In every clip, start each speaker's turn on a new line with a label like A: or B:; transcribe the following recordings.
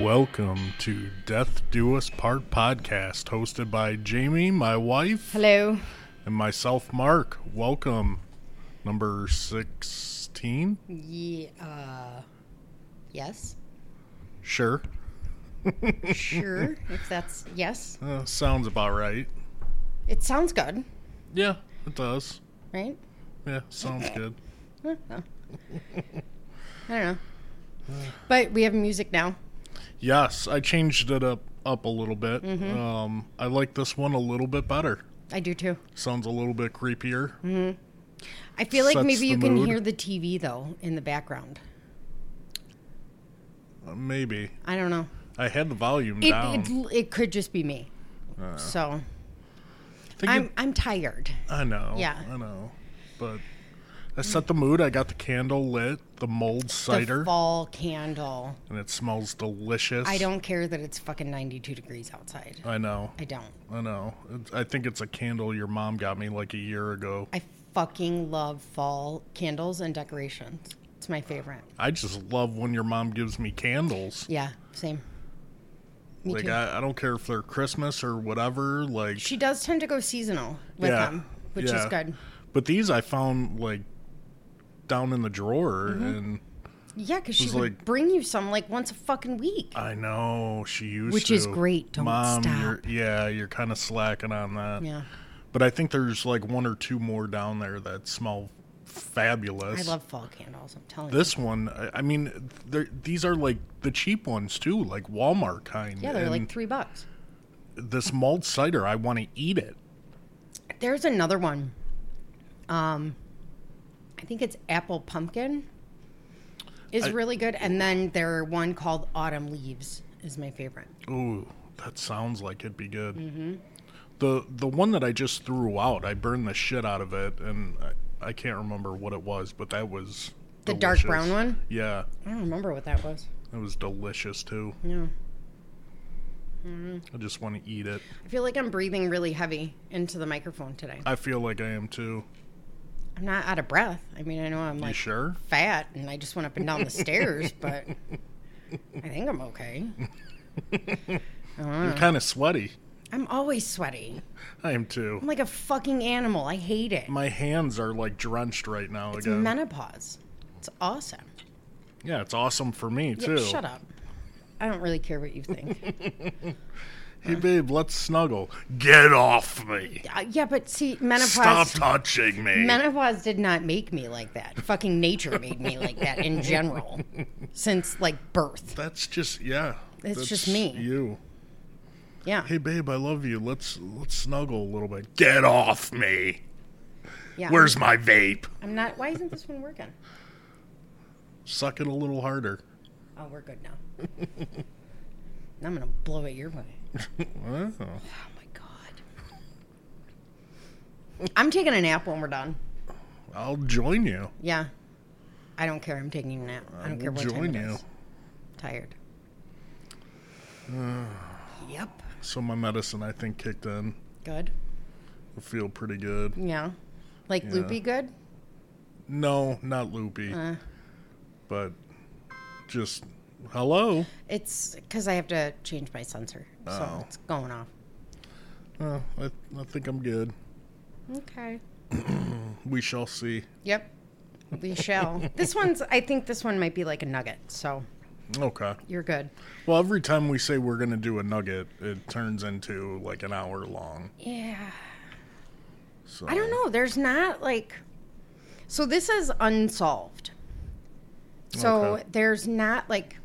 A: Welcome to Death Do Us Part podcast, hosted by Jamie, my wife,
B: Hello.
A: and myself, Mark. Welcome, number sixteen.
B: Yeah. Uh, yes.
A: Sure,
B: Sure. if that's yes,
A: uh, sounds about right.
B: it sounds good,
A: Yeah, it does.
B: right?
A: Yeah, sounds good.
B: Huh? No. I don't know. But we have music now.
A: Yes, I changed it up up a little bit.
B: Mm-hmm.
A: Um, I like this one a little bit better.
B: I do too.
A: Sounds a little bit creepier.
B: Mm. I feel like
A: Sets
B: maybe you
A: the
B: can
A: mood.
B: hear the TV though in the background.
A: Uh, maybe
B: I don't know.
A: I had the volume
B: It
A: down. Uh.
B: it, it could just be me. so
A: I think it-
B: I'm I'm tired.
A: I know.
B: Yeah.
A: I know. But I set the mood. I got the candle lit, the mold
B: The
A: cider,
B: fall candle.
A: and it smells delicious.
B: I don't care that it's fucking 92 degrees outside.
A: I know.
B: I don't.
A: I know. It's, I think it's a candle your mom got me like a year ago.
B: I fucking love fall candles and decorations. It's my favorite.
A: I just love when your mom gives me candles.
B: Yeah, same. Me
A: like
B: too.
A: I, I don't care if they're Christmas or whatever. Like,
B: she does tend to go seasonal with
A: Yeah,
B: them, which is
A: yeah.
B: good.
A: but these I found like down in the drawer,
B: Mm-hmm.
A: and
B: Yeah, because she
A: was
B: would
A: like-
B: bring you some like once a fucking week.
A: I know she used
B: Which
A: to.
B: is great. Don't
A: mom,
B: stop.
A: You're, yeah, you're kind of slacking on that.
B: yeah,
A: But I think there's like one or two more down there that smell
B: I
A: fabulous.
B: love fall candles. I'm telling you.
A: this one. I- I mean, they're- these are like the cheap ones too, like Walmart kind.
B: Yeah, they're like
A: And
B: three bucks.
A: this mulled cider. I want to eat it.
B: There's another one. Um, I think it's apple pumpkin. Is
A: I-
B: really good, and then there are one called autumn leaves is my favorite.
A: Ooh, that sounds like it'd be good.
B: Mm-hmm.
A: The the one that I just threw out, I burned the shit out of it, and I, I can't remember what it was, but that was
B: The dark
A: delicious.
B: brown one?
A: Yeah,
B: I don't remember what that was.
A: it was delicious too.
B: No.
A: I just want to eat it.
B: I feel like I'm breathing really heavy into the microphone today.
A: I feel like I am too.
B: I'm not out of breath. I mean, I know I'm
A: You
B: like
A: sure?
B: fat and I just went up and down the stairs, but I think I'm okay.
A: You're kind of sweaty.
B: I'm always sweaty.
A: I am too.
B: I'm like a fucking animal. I hate it.
A: My hands are like drenched right now
B: It's
A: again.
B: menopause. It's awesome.
A: yeah, it's awesome for me
B: Yeah,
A: too.
B: shut up. I don't really care what you think.
A: Hey babe, let's snuggle. Get off me.
B: Uh, yeah, but see, menopause.
A: Stop touching me.
B: Menopause did not make me like that. Fucking nature made me like that in general since like birth.
A: that's just yeah.
B: It's
A: that's
B: just me.
A: You.
B: Yeah.
A: Hey babe, I love you. Let's let's snuggle a little bit. Get off me.
B: yeah.
A: Where's my vape?
B: I'm not. Why isn't this one working?
A: Suck it a little harder.
B: Oh, we're good now. I'm gonna blow it your way.
A: Oh.
B: Oh my god. I'm taking a nap when we're done.
A: I'll join you.
B: Yeah. I don't care. I'm taking a nap. I don't care
A: will
B: what time
A: join
B: it
A: you.
B: is. Tired. yep.
A: So my medicine I think kicked in.
B: Good.
A: I feel pretty good.
B: Yeah. Like
A: Yeah.
B: loopy good.
A: No, not loopy.
B: Uh,
A: but just hello.
B: it's because I have to change my sensor, so
A: Oh.
B: it's going off.
A: Uh, I, I think I'm good.
B: Okay.
A: We shall see.
B: Yep. We shall. this one's. I think this one might be like a nugget. So
A: Okay.
B: you're good.
A: Well, every time we say we're gonna do a nugget, it turns into like an hour long.
B: Yeah.
A: So
B: I don't know. There's not like. So this is unsolved. So
A: Okay.
B: there's not like.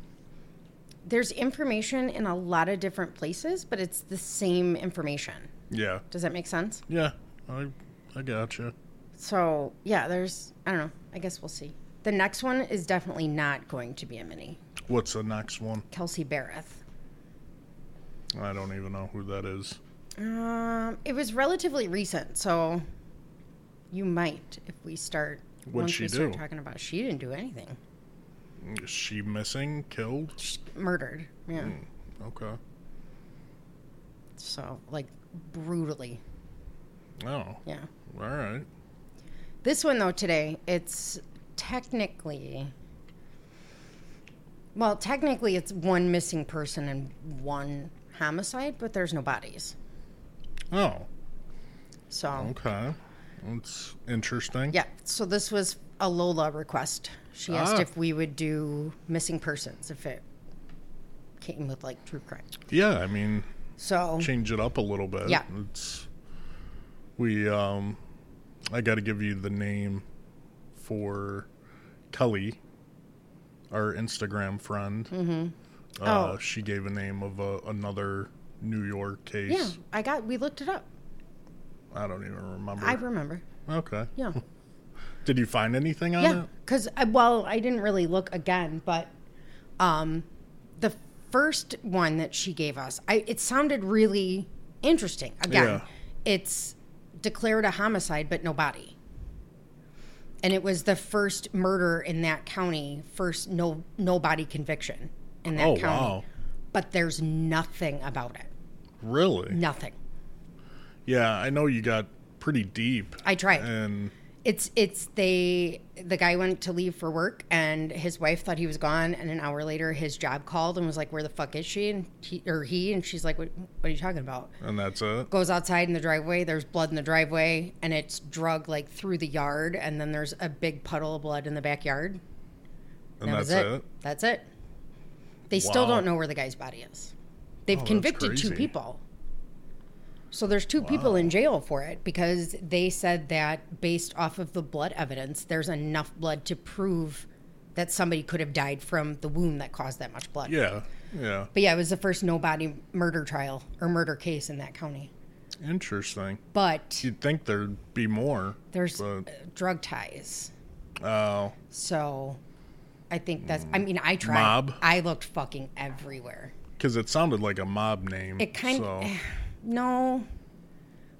B: There's information in a lot of different places, but it's the same information.
A: Yeah.
B: Does that make sense?
A: Yeah. I I gotcha.
B: So yeah, there's. I don't know. I guess we'll see. The next one is definitely not going to be a mini.
A: What's the next one?
B: Kelsey Barrett.
A: I don't even know who that is.
B: Um, it was relatively recent, so you might if we start.
A: What'd
B: once
A: she
B: we start
A: do?
B: talking about, she didn't do anything.
A: Is she missing? Killed?
B: She's murdered.
A: Hmm.
B: Yeah.
A: Okay.
B: So, like, brutally.
A: Oh. All
B: Yeah.
A: right.
B: This one, though, today, it's technically Well, technically, it's one missing person and one homicide, but there's no bodies.
A: Oh,
B: So,
A: okay. That's interesting.
B: yeah. So this was a Lola request. She asked
A: Ah.
B: if we would do missing persons if it came with like true crime.
A: Yeah, I mean,
B: So,
A: change it up a little bit.
B: Yeah.
A: It's we um I got to give you the name for Kelly, our Instagram friend. Mm-hmm. Uh,
B: Oh.
A: she gave a name of a, another New York case.
B: yeah, I got we looked it up.
A: I don't even remember.
B: I remember.
A: okay.
B: Yeah.
A: Did you find anything on
B: Yeah,
A: it?
B: because well, I didn't really look again, but um, the first one that she gave us, I it sounded really interesting. Again,
A: Yeah.
B: it's declared a homicide, but no body, and it was the first murder in that county, first no no body conviction in that
A: Oh,
B: county.
A: wow.
B: But there's nothing about it.
A: Really?
B: Nothing.
A: Yeah, I know you got pretty deep.
B: I tried.
A: and
B: It's it's they the guy went to leave for work and his wife thought he was gone and an hour later his job called and was like where the fuck is she and he or he and she's like what, what are you talking about
A: and that's it.
B: goes outside in the driveway there's blood in the driveway and it's drug like through the yard and then there's a big puddle of blood in the backyard
A: And
B: that
A: that's
B: was it. that's it they still
A: Wow. Oh,
B: don't know where the guy's body is they've
A: that's
B: convicted two
A: crazy.
B: people so there's two people in jail for it because they said that based off of the blood evidence, there's enough blood to prove that somebody could have died from the wound that caused that much blood.
A: Yeah. Yeah.
B: But yeah, it was the first no body murder trial or murder case in that county.
A: Interesting.
B: But
A: You'd think there'd be more.
B: there's
A: but-
B: uh, drug ties.
A: Oh,
B: So I think that's, I mean, I tried.
A: Mm. Mob?
B: I looked fucking everywhere.
A: because it sounded like a mob name.
B: It kind eh.
A: so.
B: of, no,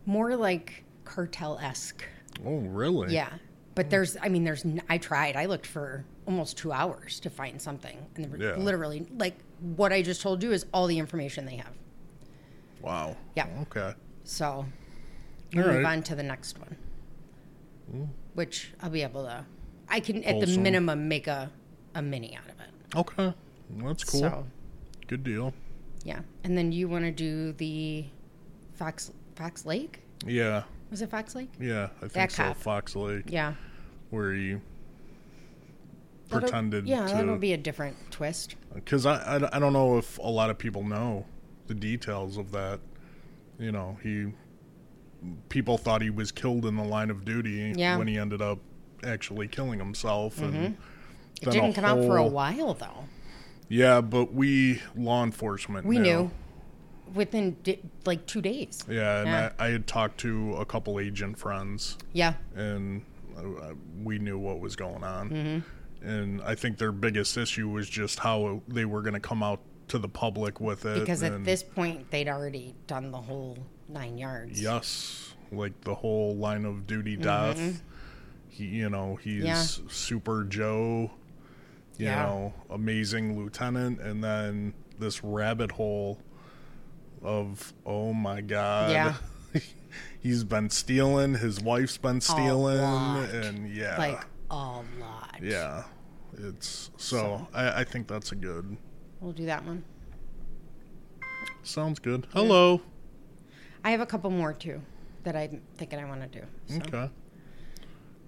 B: more like cartel esque.
A: Oh, really?
B: Yeah.
A: Hmm.
B: But there's, I mean, there's, n- I tried, I looked for almost two hours to find something. And there were
A: Yeah.
B: literally, like, what I just told you is all the information they have.
A: Wow.
B: Yeah.
A: Okay.
B: So
A: All
B: we'll move
A: right. Hmm.
B: on to the next one, which I'll be able to, I can, at
A: Pull
B: the
A: some.
B: minimum, make a, a mini out of it.
A: Okay. Well, that's cool.
B: So,
A: Good deal.
B: yeah. And then you want to do the Fox, Fox Lake?
A: Yeah.
B: Was it Fox Lake?
A: Yeah. I think
B: That
A: so.
B: cop.
A: Fox Lake,
B: Yeah.
A: where you
B: That'll-
A: pretended
B: yeah, that'll
A: to.
B: be a different twist.
A: Because I, I, I don't know if a lot of people know the details of that. You know, he. People thought he was killed in the line of duty
B: Yeah. Mm-hmm.
A: when he ended up actually killing himself. And
B: It didn't come out for a
A: while.
B: while, though.
A: Yeah, but we law enforcement.
B: We knew within di- like two days.
A: Yeah, and
B: Yeah.
A: I, I had talked to a couple agent friends,
B: Yeah.
A: and uh, uh, we knew what was going on.
B: Mm-hmm.
A: And I think their biggest issue was just how they were going to come out to the public with it.
B: Because at
A: and
B: this point, they'd already done the whole nine yards.
A: yes, like the whole line of duty death. He, you know, he's
B: Mm-hmm. Yeah.
A: Super Joe. You
B: Yeah.
A: know, amazing lieutenant, and then this rabbit hole of oh my god.
B: Yeah.
A: He's been stealing. His wife's been stealing,
B: lot.
A: and yeah,
B: Like a lot.
A: yeah, it's so. I, I think that's a good.
B: We'll do that one.
A: Sounds good. Hello.
B: I have a couple more, too, that I'm thinking I want to do. So.
A: Okay.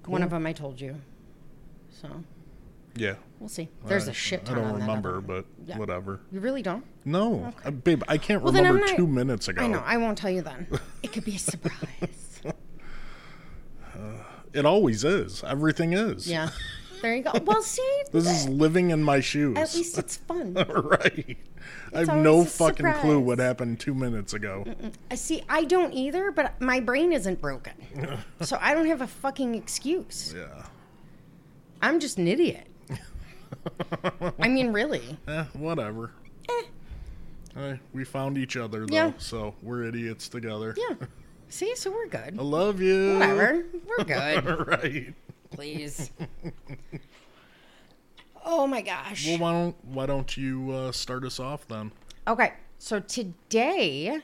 B: One of them I told you. So
A: Yeah.
B: we'll see. There's
A: I-
B: a shit
A: I
B: ton
A: don't
B: on that
A: remember,
B: other one.
A: but
B: Yeah.
A: whatever.
B: You really don't?
A: No, I, babe, I can't
B: Well, then I'm
A: remember
B: not-
A: two minutes ago.
B: I know. I won't tell you then. It could be a surprise.
A: It always is. Everything is.
B: yeah. There you go. Well, see,
A: This is living in my shoes.
B: at least it's fun.
A: right. I have
B: always
A: no
B: a
A: fucking clue
B: surprise.
A: what happened two minutes ago.
B: I see. I don't either, but my brain isn't broken, so I don't have a fucking excuse.
A: Yeah.
B: I'm just an idiot. I mean, really.
A: Eh, whatever. Eh, we found each other though,
B: Yeah.
A: so we're idiots together.
B: Yeah. See, so we're good.
A: I love you.
B: Whatever. We're good.
A: right.
B: Please. Oh my gosh.
A: Well, why don't why don't you uh, start us off then?
B: Okay, so today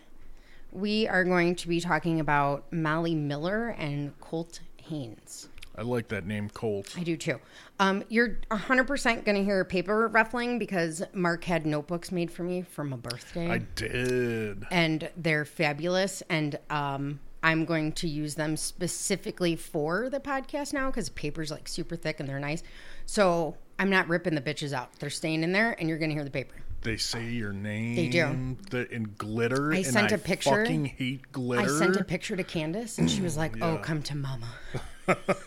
B: we are going to be talking about Molly Miller and Colt Haynes.
A: I like that name, Colt.
B: I do too. Um, you're 100% going to hear paper ruffling because Mark had notebooks made for me for my birthday.
A: I did.
B: and they're fabulous. And um, I'm going to use them specifically for the podcast now because paper's like super thick and they're nice. So I'm not ripping the bitches out. They're staying in there and you're going to hear the paper.
A: They say your name.
B: They do.
A: The, in glitter. and
B: sent
A: I
B: a picture.
A: Fucking hate glitter.
B: I sent a picture to Candace and she was like, oh,
A: Yeah.
B: come to mama.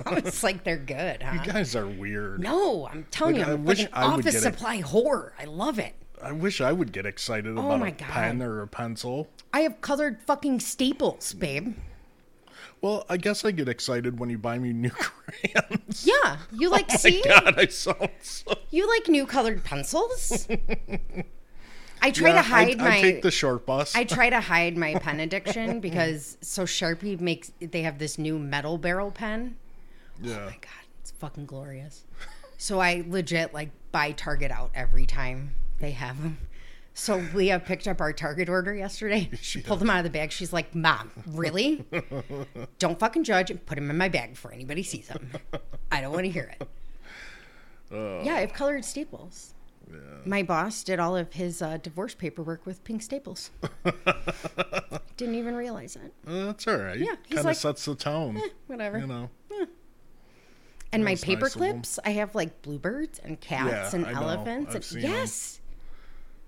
B: I was like, they're good, huh?
A: You guys are weird.
B: no, I'm telling
A: Like,
B: you,
A: I
B: I'm
A: wish
B: like an
A: I would
B: office
A: get it.
B: supply whore. I love it.
A: I wish I would get excited about
B: Oh my
A: a
B: God.
A: pen or a pencil.
B: I have colored fucking staples, babe.
A: Well, I guess I get excited when you buy me new crayons.
B: Yeah, you like
A: Oh My
B: see
A: God, I sound so.
B: you like new colored pencils. I try
A: Yeah,
B: to hide
A: I,
B: my
A: I take the short bus.
B: I try to hide my pen addiction because so Sharpie makes they have this new metal barrel pen.
A: yeah.
B: God, it's fucking glorious. So I legit like buy Target out every time they have them. So Leah picked up our Target order yesterday. She pulled them out of the bag. She's like, "Mom, really? don't fucking judge and put them in my bag before anybody sees them. I don't want to hear it." yeah, I've colored staples. My boss did all of his uh, divorce paperwork with pink staples. Didn't even realize it.
A: Uh, that's all right.
B: Yeah,
A: kind
B: he's
A: of
B: like, "Eh,
A: sets the tone.
B: Whatever.
A: You know.
B: And my
A: That's nice
B: paper
A: of 'em.
B: clips, I have like bluebirds and cats
A: Yeah,
B: and
A: I know.
B: elephants.
A: I've
B: and,
A: seen 'em.
B: yes,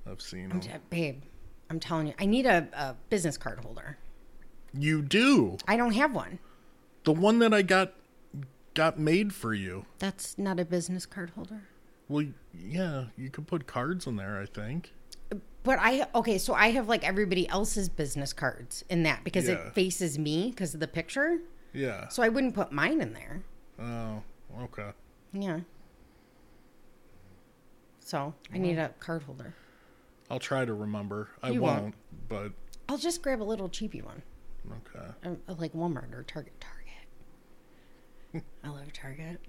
A: I've seen them.
B: Yeah, babe, I'm telling you, I need a, a business card holder.
A: You do
B: I don't have one.
A: the one that I got got made for you.
B: That's not a business card holder.
A: Well, yeah, you could put cards in there. I think.
B: But I okay, so I have like everybody else's business cards in that because
A: Yeah.
B: it faces me because of the picture.
A: Yeah.
B: So I wouldn't put mine in there.
A: Oh, okay.
B: Yeah. So I need a card holder.
A: I'll try to remember. I
B: You
A: won't,
B: won't.
A: but
B: I'll just grab a little cheapy one.
A: okay.
B: Um, like Walmart or Target. Target. I love Target.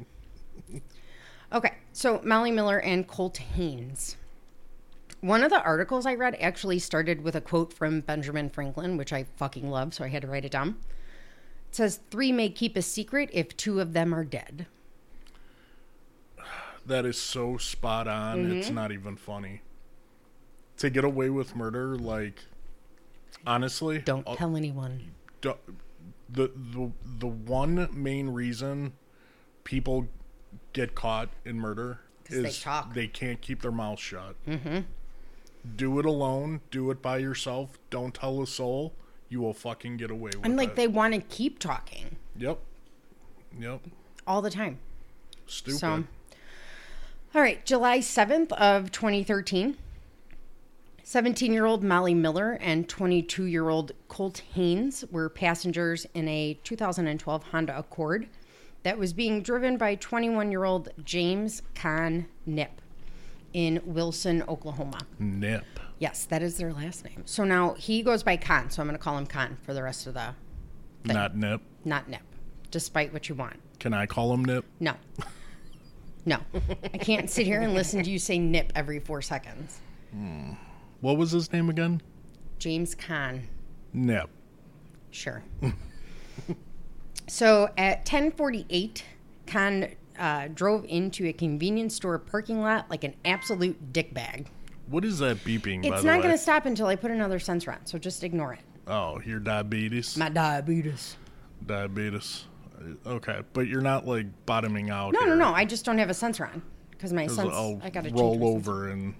B: Okay, so Molly Miller and Colt Haynes. One of the articles I read actually started with a quote from Benjamin Franklin, which I fucking love, so I had to write it down. It says, Three may keep a secret if two of them are dead.
A: That is so spot on.
B: Mm-hmm.
A: It's not even funny. To get away with murder, like honestly,
B: Don't
A: I'll-
B: tell anyone.
A: do- the the the one main reason people get caught in murder
B: 'Cause
A: is
B: they talk.
A: they can't keep their mouth shut. Mm-hmm. Do it alone. Do it by yourself. Don't tell a soul. You will fucking get away with
B: And like,
A: it.
B: they want to keep talking
A: yep, yep.
B: all the time.
A: Stupid.
B: So, all right, July 7th of 2013, 17-year-old Molly Miller and 22-year-old Colt Haynes were passengers in a 2012 Honda Accord that was being driven by 21-year-old James Con Nip in Wilson, Oklahoma.
A: Nip.
B: Yes, that is their last name. So now he goes by Con, so I'm going to call him Con for the rest of the
A: Not nip.
B: not Nip, despite what you want.
A: Can I call him nip?
B: No. No. I can't sit here and listen to you say nip every four seconds.
A: What was his name again?
B: James Kahn.
A: Nip.
B: Sure. so at 1048, Kahn uh, drove into a convenience store parking lot like an absolute dickbag.
A: What is that beeping? by
B: It's
A: the
B: not
A: way?
B: going to stop until I put another sensor on, so just ignore it.
A: Oh, your diabetes.
B: My diabetes.
A: diabetes. Okay, but you're not like bottoming out.
B: No, no,
A: here.
B: no. I just don't have a sensor on because my
A: Because
B: sense.
A: I'll
B: I got to
A: roll over and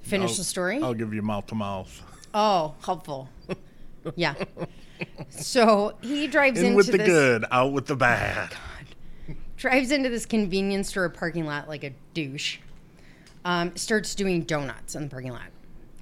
B: Finish
A: I'll-
B: the story.
A: I'll give you mouth to mouth.
B: Oh, helpful. Yeah. so he drives
A: In
B: into
A: with the
B: this, Oh
A: good, out with the bad.
B: drives into this convenience store parking lot like a douche. Um, starts doing donuts in the parking lot.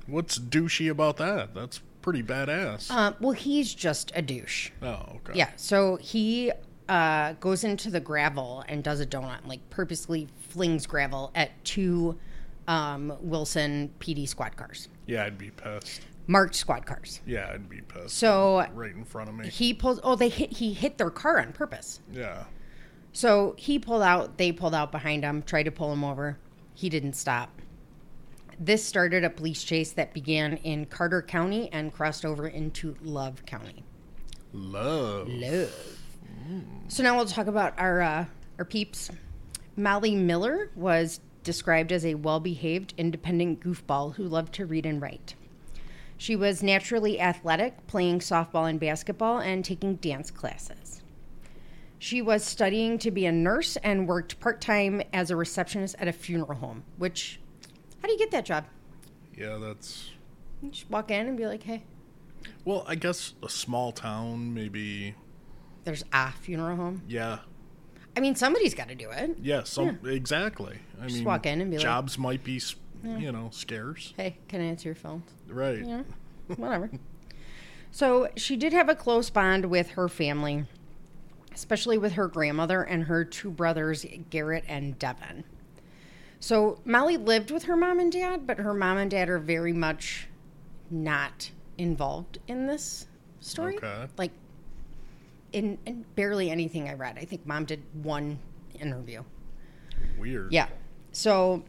A: What's douchey about that? That's pretty badass.
B: Uh, well, he's just a douche.
A: oh, okay.
B: Yeah. So he uh, goes into the gravel and does a donut, and, like purposely flings gravel at two um, Wilson PD squad cars,
A: Yeah, I'd be pissed.
B: marked squad cars.
A: Yeah, I'd be pissed.
B: So
A: right in front of me.
B: he pulls. Oh, they hit. He hit their car on purpose.
A: Yeah.
B: So he pulled out, they pulled out behind him, tried to pull him over. He didn't stop. This started a police chase that began in Carter County and crossed over into Love County.
A: Love.
B: Love. So now we'll talk about our uh, our peeps. Molly Miller was described as a well-behaved, independent goofball who loved to read and write. She was naturally athletic, playing softball and basketball and taking dance classes. She was studying to be a nurse and worked part-time as a receptionist at a funeral home, which how do you get that job?
A: Yeah, that's
B: You just walk in and be like, "Hey,
A: well, I guess a small town maybe.
B: there's a funeral home."
A: Yeah,
B: I mean, somebody's got to do it.
A: yeah, some exactly. I mean,
B: walk in and be like-
A: jobs might be, s- you know, scarce,
B: Hey, can I answer your phone?
A: right?
B: Yeah, whatever. so she did have a close bond with her family, especially with her grandmother and her two brothers, Garrett and Devin. So Molly lived with her mom and dad, but her mom and dad are very much not involved in this story.
A: Okay.
B: Like, in, in barely anything I read. I think mom did one interview.
A: Weird.
B: Yeah. So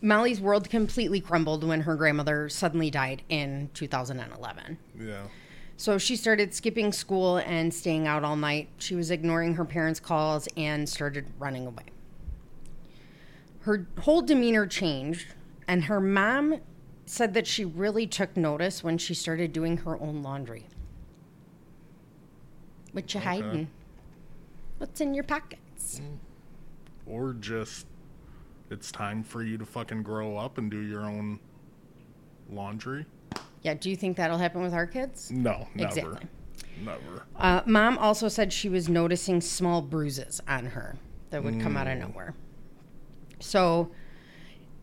B: Molly's world completely crumbled when her grandmother suddenly died in 2011.
A: yeah,
B: So she started skipping school and staying out all night. She was ignoring her parents' calls and started running away. Her whole demeanor changed, and her mom said that she really took notice when she started doing her own laundry. What you hiding? What's in your pockets?
A: or just it's time for you to fucking grow up and do your own laundry.
B: Yeah, do you think that'll happen with our kids?
A: No, never,
B: Exactly.
A: never.
B: Uh, Mom also said she was noticing small bruises on her that would come out of nowhere. So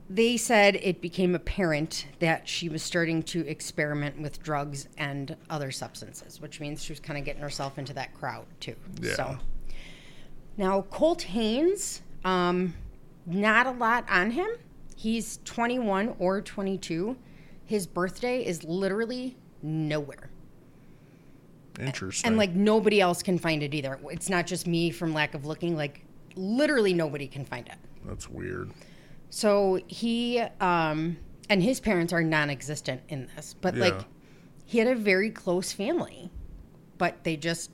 B: they said it became apparent that she was starting to experiment with drugs and other substances, which means she was kind of getting herself into that crowd too.
A: Yeah.
B: So now Colt Haynes, um, not a lot on him. He's 21 or 22. His birthday is literally nowhere.
A: Interesting.
B: And like nobody else can find it either. It's not just me from lack of looking. Like literally nobody can find it.
A: that's weird.
B: So he um, and his parents are non-existent in this. But like
A: Yeah.
B: he had a very close family, but they just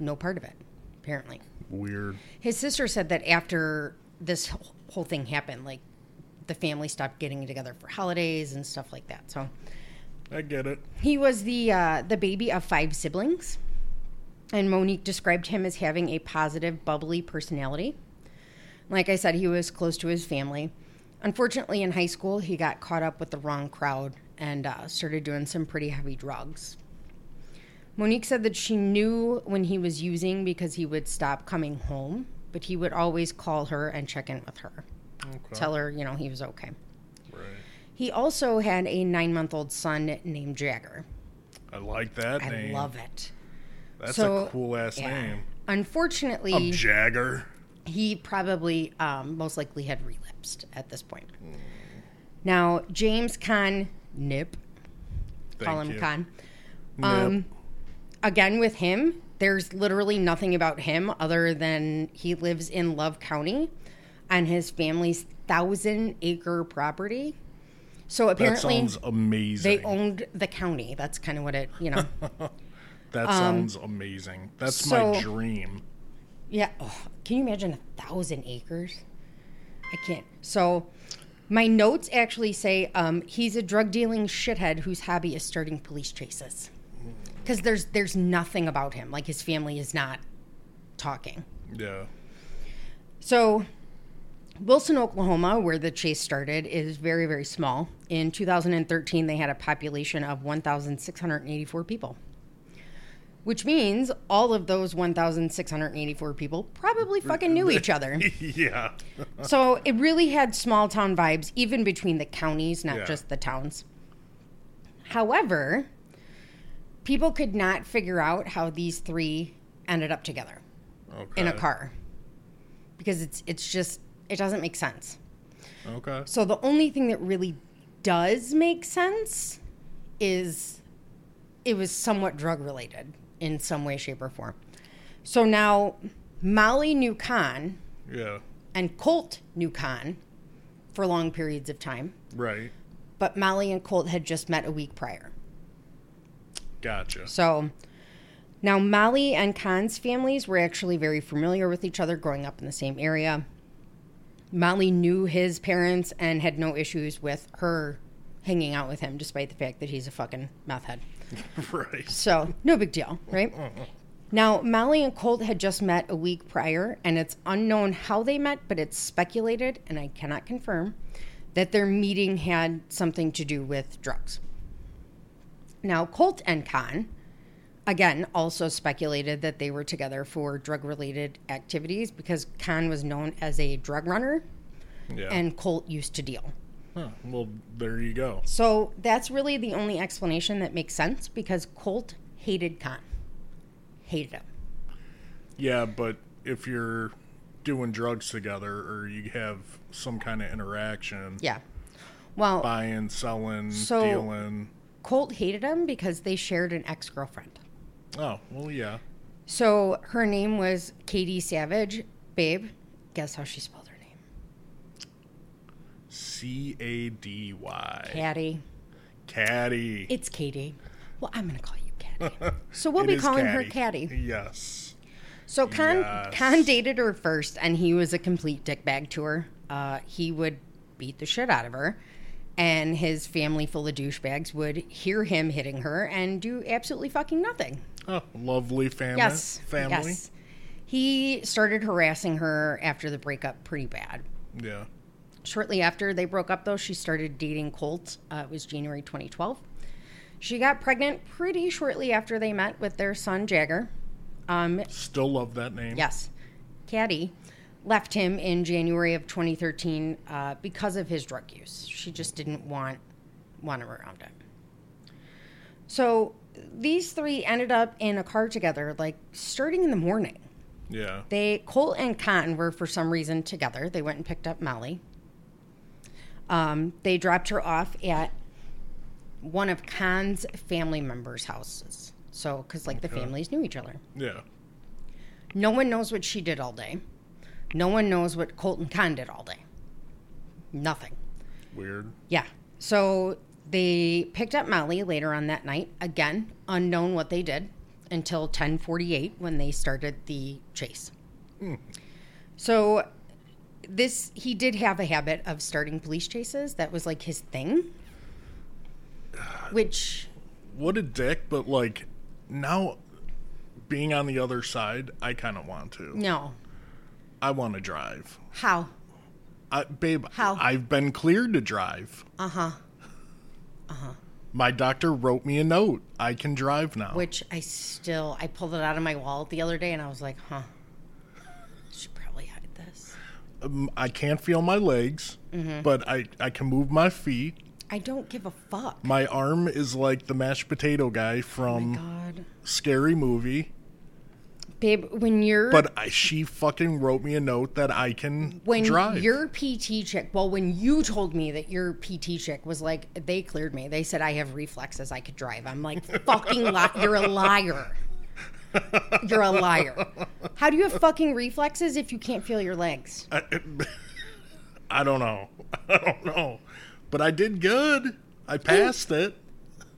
B: no part of it apparently.
A: Weird.
B: His sister said that after this wh- whole thing happened, like the family stopped getting together for holidays and stuff like that. So
A: I get it.
B: he was the uh, the baby of five siblings, and Monique described him as having a positive, bubbly personality. Like I said, he was close to his family. Unfortunately, in high school, he got caught up with the wrong crowd and uh, started doing some pretty heavy drugs. Monique said that she knew when he was using because he would stop coming home, but he would always call her and check in with her,
A: Okay.
B: tell her, you know, he was okay.
A: right.
B: He also had a nine month old son named Jagger.
A: I like that
B: I
A: name.
B: love it.
A: That's
B: So-
A: a cool ass
B: yeah.
A: name.
B: Unfortunately,
A: I'm Jagger.
B: he probably um, most likely had relapsed at this point. Now, James Kahn Nip,
A: Thank
B: call him
A: you.
B: Kahn.
A: Nip.
B: Um, Again, with him, there's literally nothing about him other than he lives in Love County on his family's thousand acre property. So
A: that
B: apparently,
A: sounds amazing.
B: they owned the county. That's kind of what it, you know.
A: that sounds amazing. That's my
B: um, so-
A: dream.
B: Yeah. Oh, can you imagine a thousand acres? I can't. So, my notes actually say um, he's a drug dealing shithead whose hobby is starting police chases. Because there's there's nothing about him. Like his family is not talking.
A: Yeah.
B: So, Wilson, Oklahoma, where the chase started, is very very small. In 2013, they had a population of 1,684 people. Which means all of those 1,684 people probably fucking knew each other.
A: yeah.
B: So it really had small town vibes, even between the counties, not
A: Yeah.
B: just the towns. However, people could not figure out how these three ended up together
A: Okay.
B: in a car because it's it's just it doesn't make sense.
A: Okay.
B: So the only thing that really does make sense is it was somewhat drug related in some way, shape, or form. So now Molly knew Khan
A: Yeah.
B: and Colt knew Khan for long periods of time,
A: Right.
B: but Molly and Colt had just met a week prior.
A: Gotcha.
B: So Now, Molly and Khan's families were actually very familiar with each other growing up in the same area. Molly knew his parents and had no issues with her hanging out with him, despite the fact that he's a fucking meth head.
A: right.
B: So, no big deal, right? Now, Molly and Colt had just met a week prior, and it's unknown how they met, but it's speculated, and I cannot confirm, that their meeting had something to do with drugs. Now, Colt and Khan, again, also speculated that they were together for drug related activities because Khan was known as a drug runner
A: Yeah.
B: and Colt used to deal.
A: Huh, well, there you go.
B: So that's really the only explanation that makes sense because Colt hated Khan. Hated him.
A: Yeah, but if you're doing drugs together or you have some kind of interaction,
B: Yeah. Well,
A: buying, selling,
B: So-
A: dealing.
B: Colt hated him because they shared an ex girlfriend.
A: Oh, well, yeah.
B: So her name was Katie Savage. Babe, guess how she spelled her name?
A: C A D Y.
B: Caddy.
A: Caddy.
B: It's Katie. Well, I'm going to call you Caddy. So we'll
A: It
B: be
A: is
B: calling her Caddy.
A: Yes.
B: So Khan
A: Yes.
B: Khan dated her first, and he was a complete dickbag to her. Uh, he would beat the shit out of her, and his family full of douchebags would hear him hitting her and do absolutely fucking nothing.
A: Oh, lovely family.
B: Yes,
A: Family.
B: Yes. He started harassing her after the breakup pretty bad.
A: Yeah.
B: Shortly after they broke up, though, she started dating Colt. Uh, it was January 2012. She got pregnant pretty shortly after they met with their son Jagger. Um,
A: Still love that name.
B: Yes. Caddy left him in January of 2013 uh, because of his drug use. She just didn't want want him around him. So these three ended up in a car together, like starting in the morning.
A: Yeah.
B: They Colt and Cotton were for some reason together. They went and picked up Molly. Um, they dropped her off at one of Khan's family members' houses. So, because like the families knew each other.
A: Yeah.
B: No one knows what she did all day. No one knows what Colton Khan did all day. Nothing.
A: Weird.
B: Yeah. So they picked up Molly later on that night. Again, unknown what they did until 1048 when they started the chase. So this he did have a habit of starting police chases. That was like his thing. Which
A: What a dick, but like now being on the other side, I kind of want to.
B: no.
A: I want to drive.
B: How?
A: I, babe,
B: How?
A: I've been cleared to drive.
B: Uh huh. Uh-huh.
A: My doctor wrote me a note. I can drive now.
B: which I still I pulled it out of my wallet the other day and I was like, huh, should probably hide this.
A: Um, I can't feel my legs,
B: Mm-hmm.
A: but I, I can move my feet.
B: I don't give a fuck.
A: My arm is like the mashed potato guy
B: Oh my
A: from
B: God,
A: Scary Movie.
B: babe, when you're
A: But I, she fucking wrote me a note that I can
B: when
A: drive.
B: your PT chick, well, when you told me that your PT chick was like, they cleared me. They said I have reflexes, I could drive. I'm like, fucking, li- you're a liar. You're a liar. How do you have fucking reflexes if you can't feel your legs?
A: I, I don't know. I don't know. But I did good. I passed it.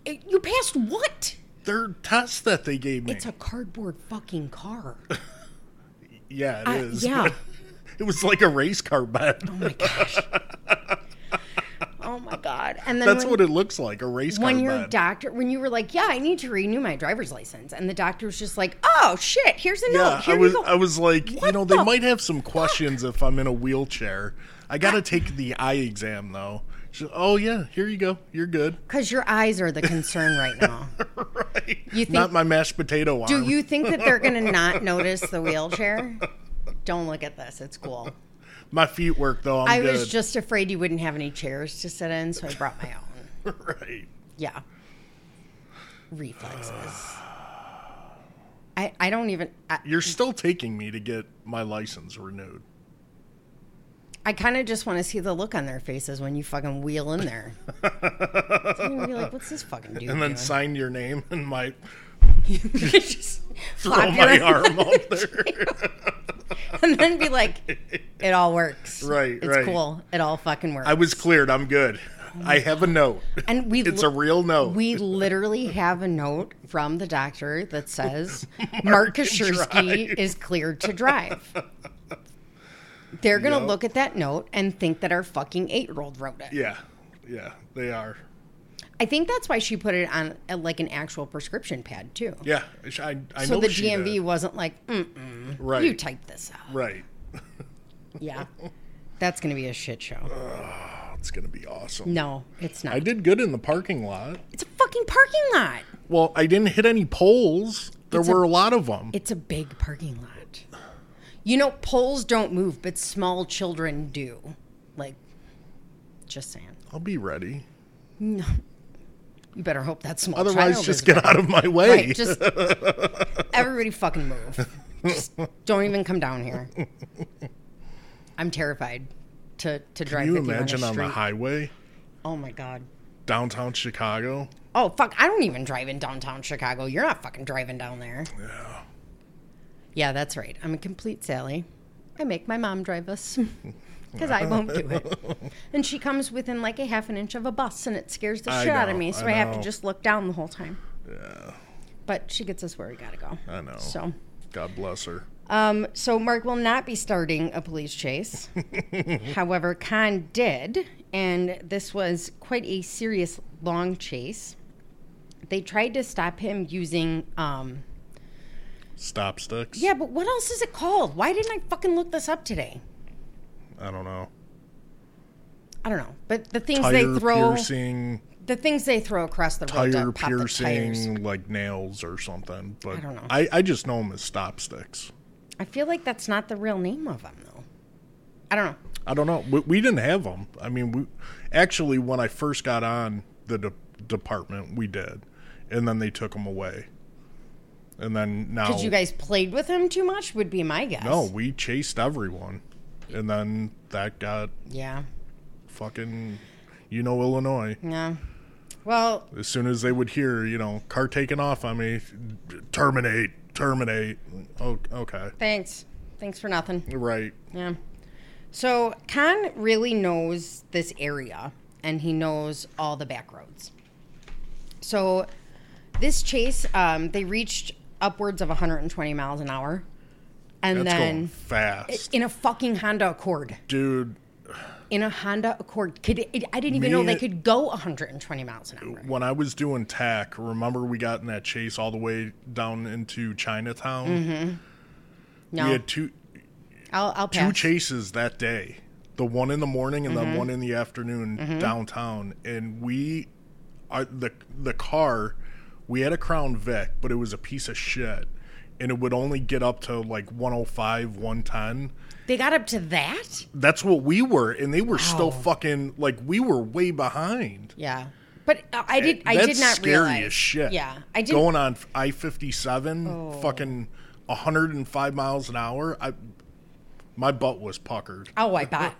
B: It- you passed what?
A: Their test that they gave me.
B: It's a cardboard fucking car.
A: yeah,
B: I-
A: it is.
B: yeah.
A: it was like a race car bed.
B: Oh my god! And then
A: That's
B: when,
A: what it looks like, a race car
B: when your
A: bed.
B: doctor, when you were like, "Yeah, I need to renew my driver's license," and the doctor was just like, "Oh shit, here's a note.
A: yeah,
B: Here
A: I was
B: you go."
A: I was like, you
B: What
A: know, they
B: the
A: might have some questions if I'm in a wheelchair. I got to take the eye exam though. She- oh yeah, here you go. You're good.
B: Because your eyes are the concern right now.
A: right.
B: You think-
A: Not my mashed potato arm.
B: Do you think that they're gonna not notice the wheelchair? Don't look at this. It's cool.
A: my feet work though. I'm
B: I
A: good.
B: was just afraid you wouldn't have any chairs to sit in, so I brought my own.
A: right.
B: Yeah. Reflexes. I I don't even. I,
A: You're still taking me to get my license renewed.
B: I kind of just want to see the look on their faces when you fucking wheel in there. They're gonna be like, "What's this fucking dude?"
A: And then
B: doing?
A: sign your name and my
B: just
A: throw
B: flap your-
A: my arm up there.
B: and then be like, "It all works.
A: Right,
B: It's
A: right.
B: cool. It all fucking works."
A: I was cleared. I'm good. I have a note.
B: And we
A: It's
B: lo-
A: a real note.
B: We literally have a note from the doctor that says Mark Kashersky is cleared to drive. They're going to
A: Yep.
B: look at that note and think that our fucking eight year old wrote it.
A: yeah, yeah, they are.
B: I think that's why she put it on uh, like an actual prescription pad, too.
A: Yeah, sh- I, I
B: so
A: know
B: the
A: she
B: GMV
A: did.
B: wasn't like, mm,
A: right,
B: you typed this out.
A: right.
B: Yeah. That's going to be a shit show.
A: That's Oh, gonna be awesome.
B: No, it's not.
A: I did good in the parking lot.
B: It's a fucking parking lot.
A: Well, I didn't hit any poles. There
B: It's a-
A: were a, lot of them.
B: It's a big parking lot. You know, poles don't move, but small children do. Like, just saying.
A: I'll be ready.
B: You better hope that small
A: Otherwise,
B: child
A: just
B: is
A: get out of my way.
B: right. Just everybody fucking move. Just don't even come down here. I'm terrified to to drive.
A: Can you
B: with you
A: imagine
B: on,
A: on
B: the
A: the
B: street.
A: highway,
B: Oh my god.
A: downtown Chicago?
B: Oh fuck! I don't even drive in downtown Chicago. You're not fucking driving down there. Yeah. Yeah, that's right. I'm a complete Sally. I make my mom drive us because I won't do it. And she comes within like a half an inch of a bus, and it scares the
A: I
B: shit out of
A: know,
B: me. So I,
A: I
B: have to
A: know.
B: just look down the whole time. Yeah. But she gets us where we gotta go.
A: I know.
B: So,
A: God bless her.
B: um, so Mark will not be starting a police chase. However, Khan did, and this was quite a serious long chase. They tried to stop him using. Um,
A: Stop sticks.
B: yeah, but what else is it called? Why didn't I fucking look this up today?
A: I don't know.
B: I don't know. But the things
A: Tire
B: they throw,
A: piercing,
B: the things they throw across the
A: tire
B: road, to pop the tires.
A: piercing, like nails or something. But I
B: don't know.
A: I, just know them as stop sticks.
B: I feel like that's not the real name of them, though. I don't know.
A: I don't know. We, we didn't have them. I mean, we actually when I first got on the de- department, we did, and then they took them away. And then now,
B: Because you guys played with him too much, would be my guess.
A: Oh. no, we chased everyone, and then that got
B: Yeah.
A: fucking, you know, Illinois.
B: Yeah. Well,
A: As soon as they would hear, you know, car taking off on me, terminate, terminate. Oh, okay,
B: Thanks. Thanks for nothing.
A: right.
B: Yeah. So Khan really knows this area and he knows all the back roads. So this chase, um, they reached upwards of 120 miles an hour. And
A: That's going
B: then
A: fast,
B: in a fucking Honda Accord.
A: dude.
B: In a Honda Accord. Could it, I didn't even
A: Me-
B: know they could go 120 miles an hour.
A: When I was doing tack, remember we got in that chase all the way down into Chinatown. We
B: Mm-hmm. No.
A: had two
B: I'll, I'll
A: two
B: pass.
A: chases that day. The one in the morning and
B: Mm-hmm.
A: the one in the afternoon downtown, and we, are the the car, we had a Crown Vic, but it was a piece of shit, and it would only get up to like 105, 110.
B: they got up to that?
A: That's what we were, and they were
B: Wow.
A: still fucking like we were way behind.
B: Yeah. But uh, I did. I
A: Eh, That's
B: did not
A: scary
B: realize.
A: as shit.
B: Yeah, I didn't. Oh.
A: Going on I fifty seven, fucking hundred and five miles an hour. I, my butt was puckered.
B: Oh, I bet.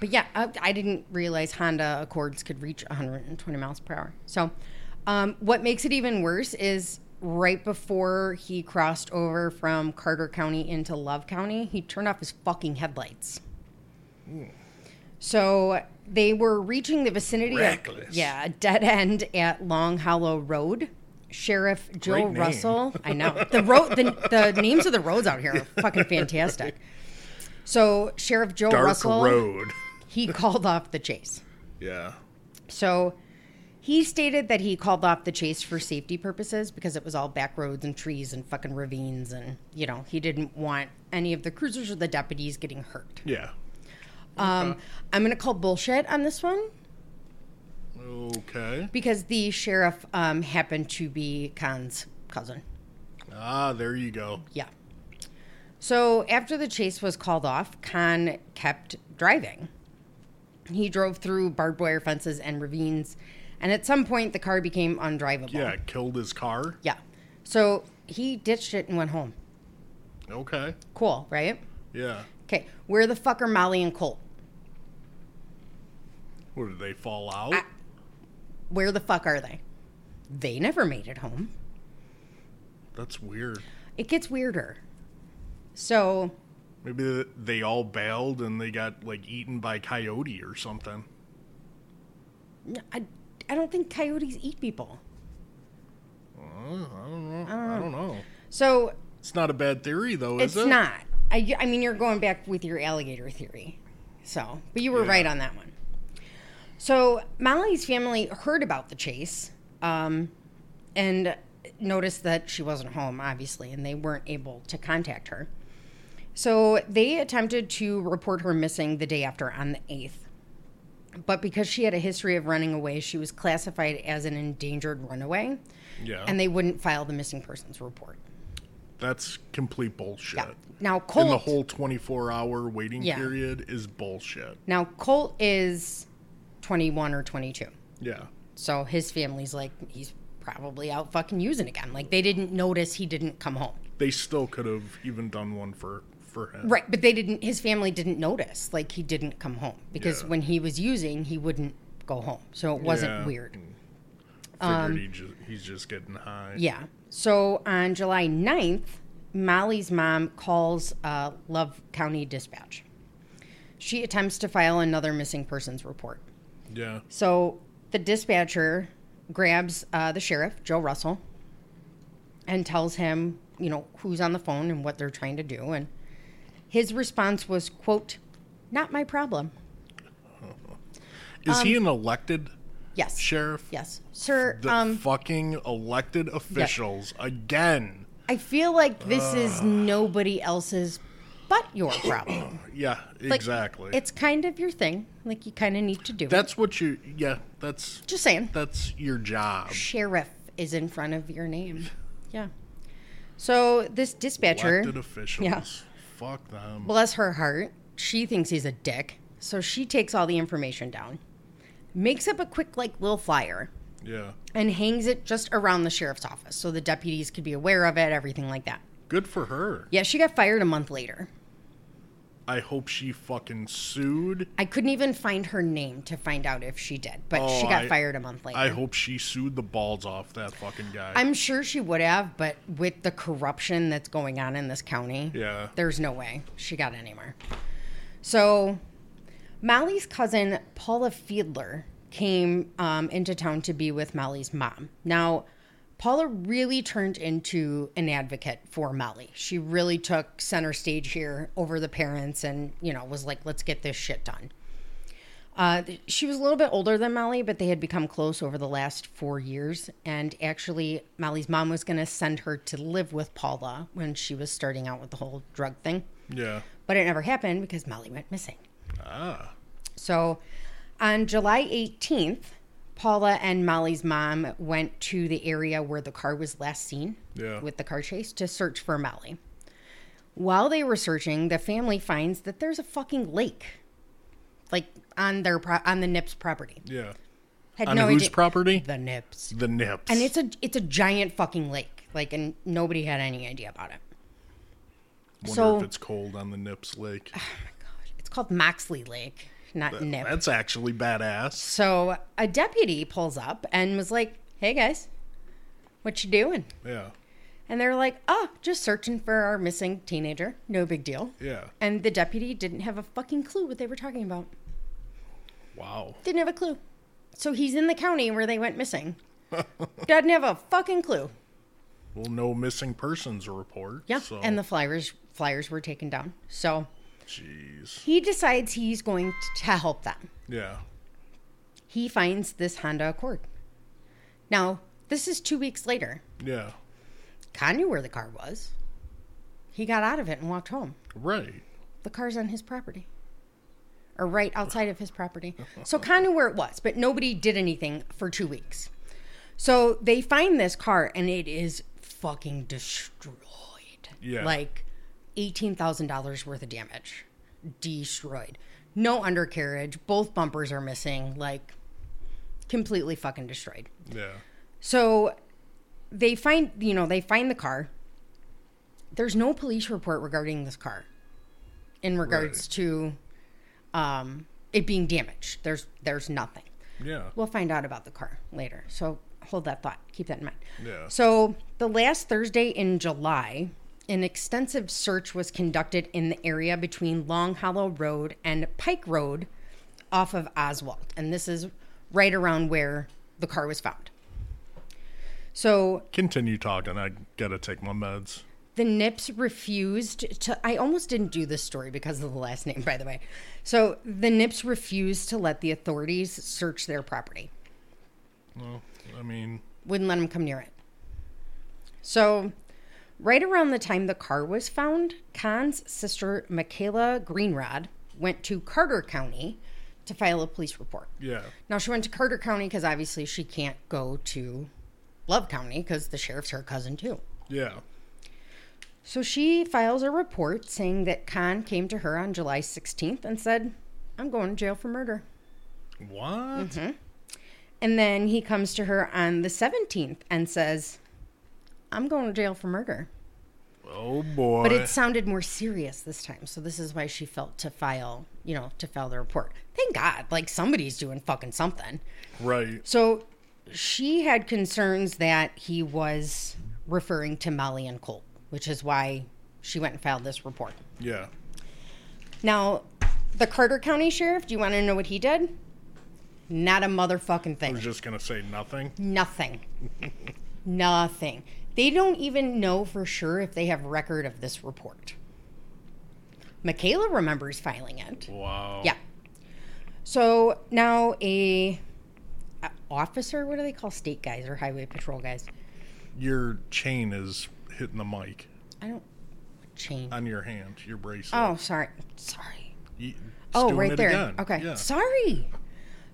B: but yeah, I, I didn't realize Honda Accords could reach 120 miles per hour. So, um, what makes it even worse is right before he crossed over from Carter County into Love County, he turned off his fucking headlights. So they were reaching the vicinity of
A: Reckless.
B: yeah, a dead end at Long Hollow Road. Sheriff Joe
A: Great name.
B: Russell, I know the road. The, the names of the roads out here are fucking fantastic. So Sheriff Joe
A: Dark
B: Russell,
A: road.
B: he called off the chase.
A: Yeah.
B: So he stated that he called off the chase for safety purposes because it was all back roads and trees and fucking ravines and you know he didn't want any of the cruisers or the deputies getting hurt.
A: Yeah.
B: Um, I'm gonna call bullshit on this one
A: Okay.
B: because the sheriff um, happened to be Khan's cousin.
A: Ah, there you go.
B: Yeah. So after the chase was called off, Khan kept driving. He drove through barbed wire fences and ravines, and at some point the car became undrivable.
A: Yeah, it killed his car.
B: Yeah. So he ditched it and went home.
A: Okay.
B: Cool, right?
A: Yeah.
B: Okay. Where the fuck are Molly and Colt?
A: What did they fall out?
B: I- Where the fuck are they? They never made it home.
A: That's weird.
B: It gets weirder. So
A: Maybe th- they all bailed and they got like eaten by coyote or something.
B: No, I, I don't think coyotes eat people.
A: Uh, I don't know. I don't know.
B: So
A: It's not a bad theory, though, is
B: it's
A: it?
B: not. I, I mean, you're going back with your alligator theory. So, but you were
A: Yeah.
B: right on that one. So Molly's family heard about the chase um, and noticed that she wasn't home, obviously, and they weren't able to contact her. So they attempted to report her missing the day after on the 8th. But because she had a history of running away, she was classified as an endangered runaway,
A: Yeah.
B: and they wouldn't file the missing persons report.
A: That's complete bullshit.
B: Yeah. Now, Colt.
A: And the whole 24 hour waiting
B: Yeah.
A: period is bullshit.
B: Now, Colt is 21 or 22.
A: Yeah.
B: So his family's like, he's probably out fucking using again. Like, they didn't notice he didn't come home.
A: They still could have even done one for, for him.
B: Right. But they didn't, his family didn't notice, like, he didn't come home because
A: Yeah.
B: when he was using, he wouldn't go home. So it wasn't
A: Yeah.
B: weird.
A: Figured he just, he's just getting high.
B: Yeah. So on July 9th, Molly's mom calls uh, Love County Dispatch. She attempts to file another missing persons report.
A: Yeah.
B: So the dispatcher grabs uh, the sheriff, Joe Russell, and tells him, you know, who's on the phone and what they're trying to do. And his response was, quote, not my problem.
A: Is he
B: Um,
A: an elected
B: Yes.
A: sheriff?
B: Yes. Sir,
A: The
B: um,
A: fucking elected officials again.
B: I feel like this
A: Ah.
B: is nobody else's but your problem.
A: Yeah,
B: Like,
A: exactly.
B: It's kind of your thing. Like, you kind of need to do it.
A: that's what you. Yeah, that's
B: Just saying.
A: that's your job.
B: sheriff is in front of your name. Yeah. So this dispatcher.
A: Elected officials.
B: Yeah.
A: Fuck them.
B: Bless her heart. She thinks he's a dick. So she takes all the information down, makes up a quick, like, little flyer,
A: Yeah.
B: and hangs it just around the sheriff's office so the deputies could be aware of it, everything like that.
A: Good for her.
B: Yeah, she got fired a month later.
A: I hope she fucking sued.
B: I couldn't even find her name to find out if she did, but
A: Oh,
B: she got
A: I-
B: fired a month later.
A: I hope she sued the balls off that fucking guy.
B: I'm sure she would have, but with the corruption that's going on in this county,
A: Yeah.
B: there's no way she got anywhere. So, Molly's cousin Paula Fiedler came um, into town to be with Molly's mom. Now, Paula really turned into an advocate for Molly. She really took center stage here over the parents, and you know was like, "Let's get this shit done." Uh, th- she was a little bit older than Molly, but they had become close over the last four years. And actually, Molly's mom was going to send her to live with Paula when she was starting out with the whole drug thing.
A: yeah.
B: But it never happened because Molly went missing.
A: Ah.
B: So on July 18th, Paula and Molly's mom went to the area where the car was last seen
A: Yeah.
B: with the car chase to search for Molly. While they were searching, the family finds that there's a fucking lake like on their pro- on the Nips property.
A: Yeah.
B: Had
A: On
B: no
A: whose
B: idea-
A: property?
B: the Nips.
A: The nips.
B: And it's a it's a giant fucking lake. Like and nobody had any idea about it.
A: Wonder
B: so-
A: if it's cold on the nips lake.
B: It's called Moxley Lake, not Nip.
A: That's actually badass.
B: So a deputy pulls up and was like, "Hey guys, what you doing?"
A: Yeah.
B: And they're like, "Oh, just searching for our missing teenager. No big deal."
A: Yeah.
B: And the deputy didn't have a fucking clue what they were talking about.
A: Wow.
B: Didn't have a clue. So he's in the county where they went missing. Doesn't have a fucking clue.
A: Well, no missing persons report.
B: Yeah.
A: So.
B: And the flyers flyers were taken down. So
A: Jeez.
B: he decides he's going t- to help them.
A: Yeah.
B: He finds this Honda Accord. Now, this is two weeks later.
A: Yeah.
B: Con knew where the car was. He got out of it and walked home.
A: Right.
B: The car's on his property. Or right outside of his property. So Con knew where it was, but nobody did anything for two weeks. So they find this car and it is fucking destroyed.
A: Yeah.
B: Like $18,000 worth of damage. Destroyed. No undercarriage. Both bumpers are missing. Like completely fucking destroyed.
A: Yeah.
B: So they find, you know, they find the car. There's no police report regarding this car in regards
A: Right.
B: to um, it being damaged. There's there's nothing.
A: Yeah.
B: We'll find out about the car later. So hold that thought. Keep that in mind.
A: Yeah.
B: So the last Thursday in July, an extensive search was conducted in the area between Long Hollow Road and Pike Road off of Oswald. And this is right around where the car was found. So
A: Continue talking. I gotta take my meds.
B: the Nips refused to. I almost didn't do this story because of the last name, by the way. So the Nips refused to let the authorities search their property,
A: Well, I mean,
B: wouldn't let them come near it. So, right around the time the car was found, Khan's sister, Michaela Greenrod, went to Carter County to file a police report.
A: yeah,
B: Now she went to Carter County because obviously she can't go to Love County because the sheriff's her cousin too.
A: yeah,
B: So she files a report saying that Khan came to her on July 16th and said, I'm going to jail for murder.
A: what?
B: Mm-hmm. And then he comes to her on the 17th and says, I'm going to jail for murder.
A: Oh boy!
B: But it sounded more serious this time. So this is why she felt to file, you know, to file the report. Thank God, like somebody's doing fucking something.
A: right.
B: So she had concerns that he was referring to Molly and Colt, which is why she went and filed this report.
A: Yeah.
B: Now, the Carter County Sheriff, do you want to know what he did? Not a motherfucking
A: I
B: thing.
A: was just gonna say nothing.
B: Nothing. Nothing. They don't even know for sure if they have record of this report. Michaela remembers filing it.
A: Wow.
B: Yeah. So now a, a officer, what do they call state guys or highway patrol guys?
A: Your chain is hitting the mic
B: I don't chain.
A: on your hand. Your bracelet.
B: oh, sorry. Sorry.
A: You- it's
B: Oh,
A: doing
B: right
A: it
B: there.
A: again.
B: Okay.
A: Yeah.
B: Sorry.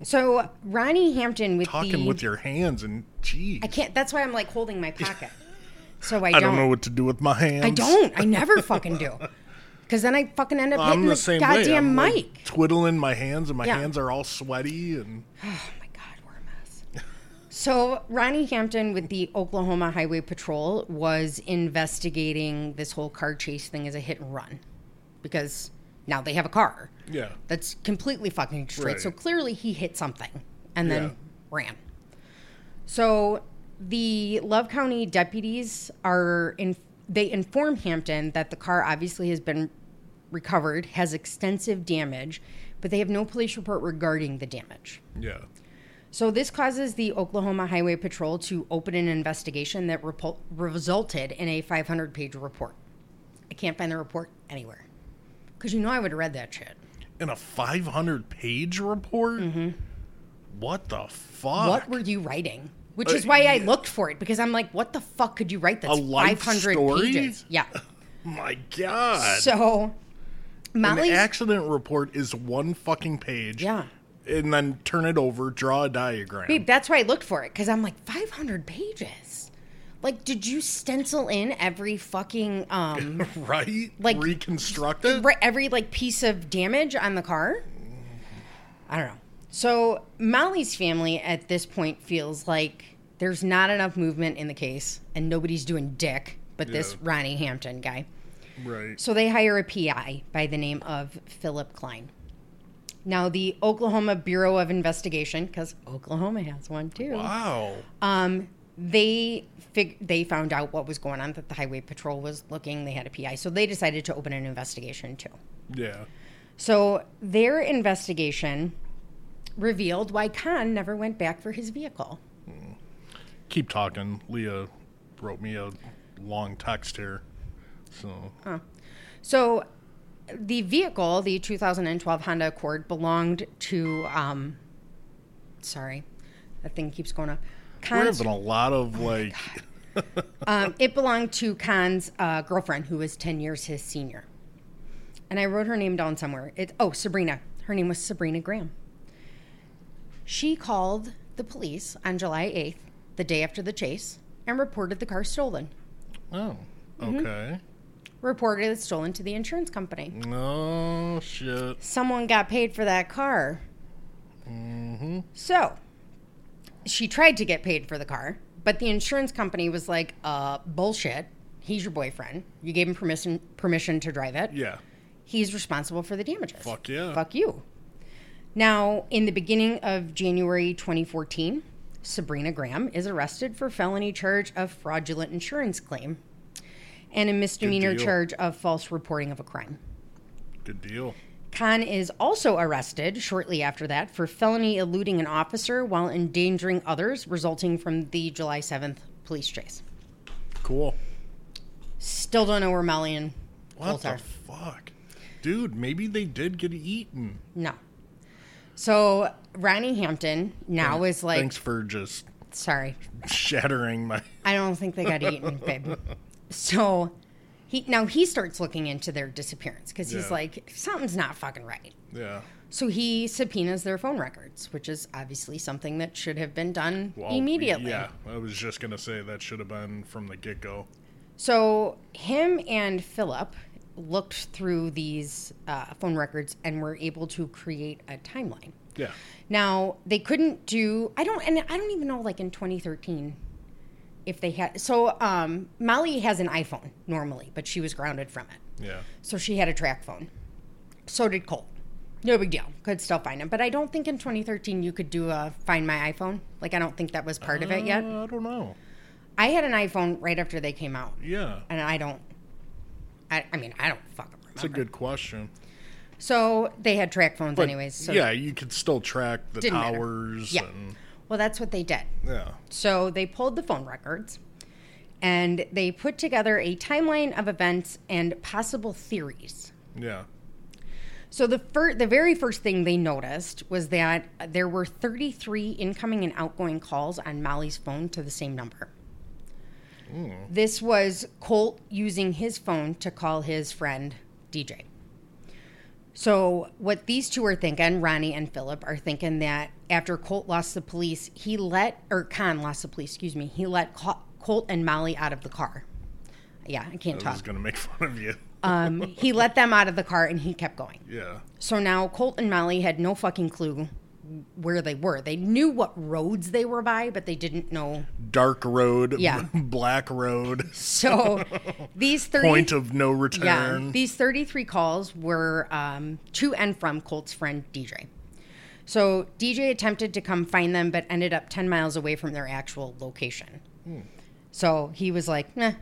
B: So Ronnie Hampton with
A: Talking
B: the
A: with your hands and gee.
B: I can't. That's why I'm like holding my pocket. So I don't.
A: I don't know what to do with my hands.
B: I don't. I never fucking do. Because then I fucking end up
A: I'm
B: hitting
A: the,
B: the,
A: same way.
B: goddamn
A: I'm like,
B: mic.
A: twiddling my hands, and my
B: Yeah.
A: hands are all sweaty. And
B: Oh my God, we're a mess. So Ronnie Hampton with the Oklahoma Highway Patrol was investigating this whole car chase thing as a hit and run, because now they have a car.
A: yeah,
B: That's completely fucking destroyed.
A: Right.
B: So clearly he hit something and then
A: Yeah.
B: ran. So the Love County deputies are in they inform Hampton that the car obviously has been recovered, has extensive damage, but they have no police report regarding the damage.
A: yeah,
B: So this causes the Oklahoma Highway Patrol to open an investigation that repul- resulted in a 500-page report. I can't find the report anywhere. Cuz you know I would have read that shit.
A: in a 500 page report. What the fuck?
B: Mm-hmm. what were you writing? Which
A: Uh,
B: is why I looked for it because I'm like, what the fuck could you write that's
A: A life
B: 500
A: story?
B: pages? Yeah.
A: my god!
B: So,
A: An
B: Molly's
A: accident report is one fucking page.
B: Yeah.
A: And then turn it over, draw a diagram.
B: babe, that's why I looked for it because I'm like, 500 pages. Like, did you stencil in every fucking, um,
A: Right?
B: Like-
A: reconstruct it?
B: re- every like piece of damage on the car? I don't know. So, Molly's family at this point feels like there's not enough movement in the case and nobody's doing dick but this
A: Yeah.
B: Ronnie Hampton guy.
A: Right.
B: So they hire a PI by the name of Philip Klein. Now, the Oklahoma Bureau of Investigation, because Oklahoma has one too,
A: Wow.
B: um, they fig- they found out what was going on that the Highway Patrol was looking. They had a PI, so they decided to open an investigation too.
A: Yeah.
B: So their investigation revealed why Khan never went back for his vehicle.
A: Keep talking. Leah wrote me a long text here. So,
B: So the vehicle, the 2012 Honda Accord, belonged to. Um, sorry, that thing keeps going up.
A: we're
B: Khan's,
A: having a lot
B: Oh
A: of like,
B: um, it belonged to Khan's uh, girlfriend, who was 10 years his senior. And I wrote her name down somewhere. It, oh, Sabrina. Her name was Sabrina Graham. She called the police on July 8th, the day after the chase, and reported the car stolen.
A: oh,
B: Mm-hmm.
A: okay.
B: Reported it stolen to the insurance company.
A: Oh, shit.
B: someone got paid for that car.
A: Mm-hmm.
B: So she tried to get paid for the car, but the insurance company was like, uh, bullshit. He's your boyfriend. You gave him permission permission to drive it.
A: Yeah.
B: He's responsible for the damages.
A: Fuck yeah.
B: Fuck you. Now, in the beginning of January 2014, Sabrina Graham is arrested for felony charge of fraudulent insurance claim and a misdemeanor
A: deal.
B: charge of false reporting of a crime.
A: Good deal.
B: Khan is also arrested shortly after that for felony eluding an officer while endangering others, resulting from the July 7th police chase.
A: Cool.
B: Still don't know where Molly and
A: What
B: Colt are.
A: the fuck? Dude, maybe they did get eaten.
B: No. So Ronnie Hampton now is like,
A: Thanks for just
B: sorry,
A: shattering my.
B: I don't think they got eaten, babe. So he now he starts looking into their disappearance because he's
A: Yeah.
B: like, something's not fucking right.
A: Yeah.
B: So he subpoenas their phone records, which is obviously something that should have been done
A: Well,
B: immediately.
A: Yeah, I was just gonna say that should have been from the get go.
B: So him and Philip looked through these uh, phone records and were able to create a timeline.
A: Yeah.
B: Now they couldn't do. I don't, and I don't even know. Like in 2013, if they had. So um, Molly has an iPhone normally, but she was grounded from it,
A: Yeah.
B: so she had a track phone. So did Colt. No big deal. Could still find him, but I don't think in 2013 you could do a find my iPhone. Like I don't think that was part of it yet.
A: Uh, I don't know.
B: I had an iPhone right after they came out,
A: Yeah.
B: and I don't. I, I mean, I don't fucking
A: That's a
B: remember.
A: good question.
B: so they had track phones,
A: But,
B: anyways. So
A: yeah, you could still track the
B: Didn't matter.
A: towers
B: yeah.
A: and
B: Well, that's what they did.
A: yeah.
B: So they pulled the phone records and they put together a timeline of events and possible theories.
A: Yeah.
B: So the fir- the very first thing they noticed was that there were 33 incoming and outgoing calls on Molly's phone to the same number. This was Colt using his phone to call his friend DJ. So what these two are thinking, Ronnie and Philip, are thinking that after Colt lost the police, he let or Con lost the police. Excuse me, he let Col- Colt and Molly out of the car. Yeah, I can't
A: I was
B: talk.
A: gonna make fun of you.
B: Um, he let them out of the car and he kept going.
A: Yeah.
B: So now Colt and Molly had no fucking clue where they were. They knew what roads they were by, but they didn't know.
A: Dark road.
B: Yeah.
A: Black road.
B: So these 30
A: Point of no return.
B: yeah, these 33 calls were um, to and from Colt's friend DJ. So DJ attempted to come find them, but ended up 10 miles away from their actual location.
A: Hmm.
B: So he was like, nah,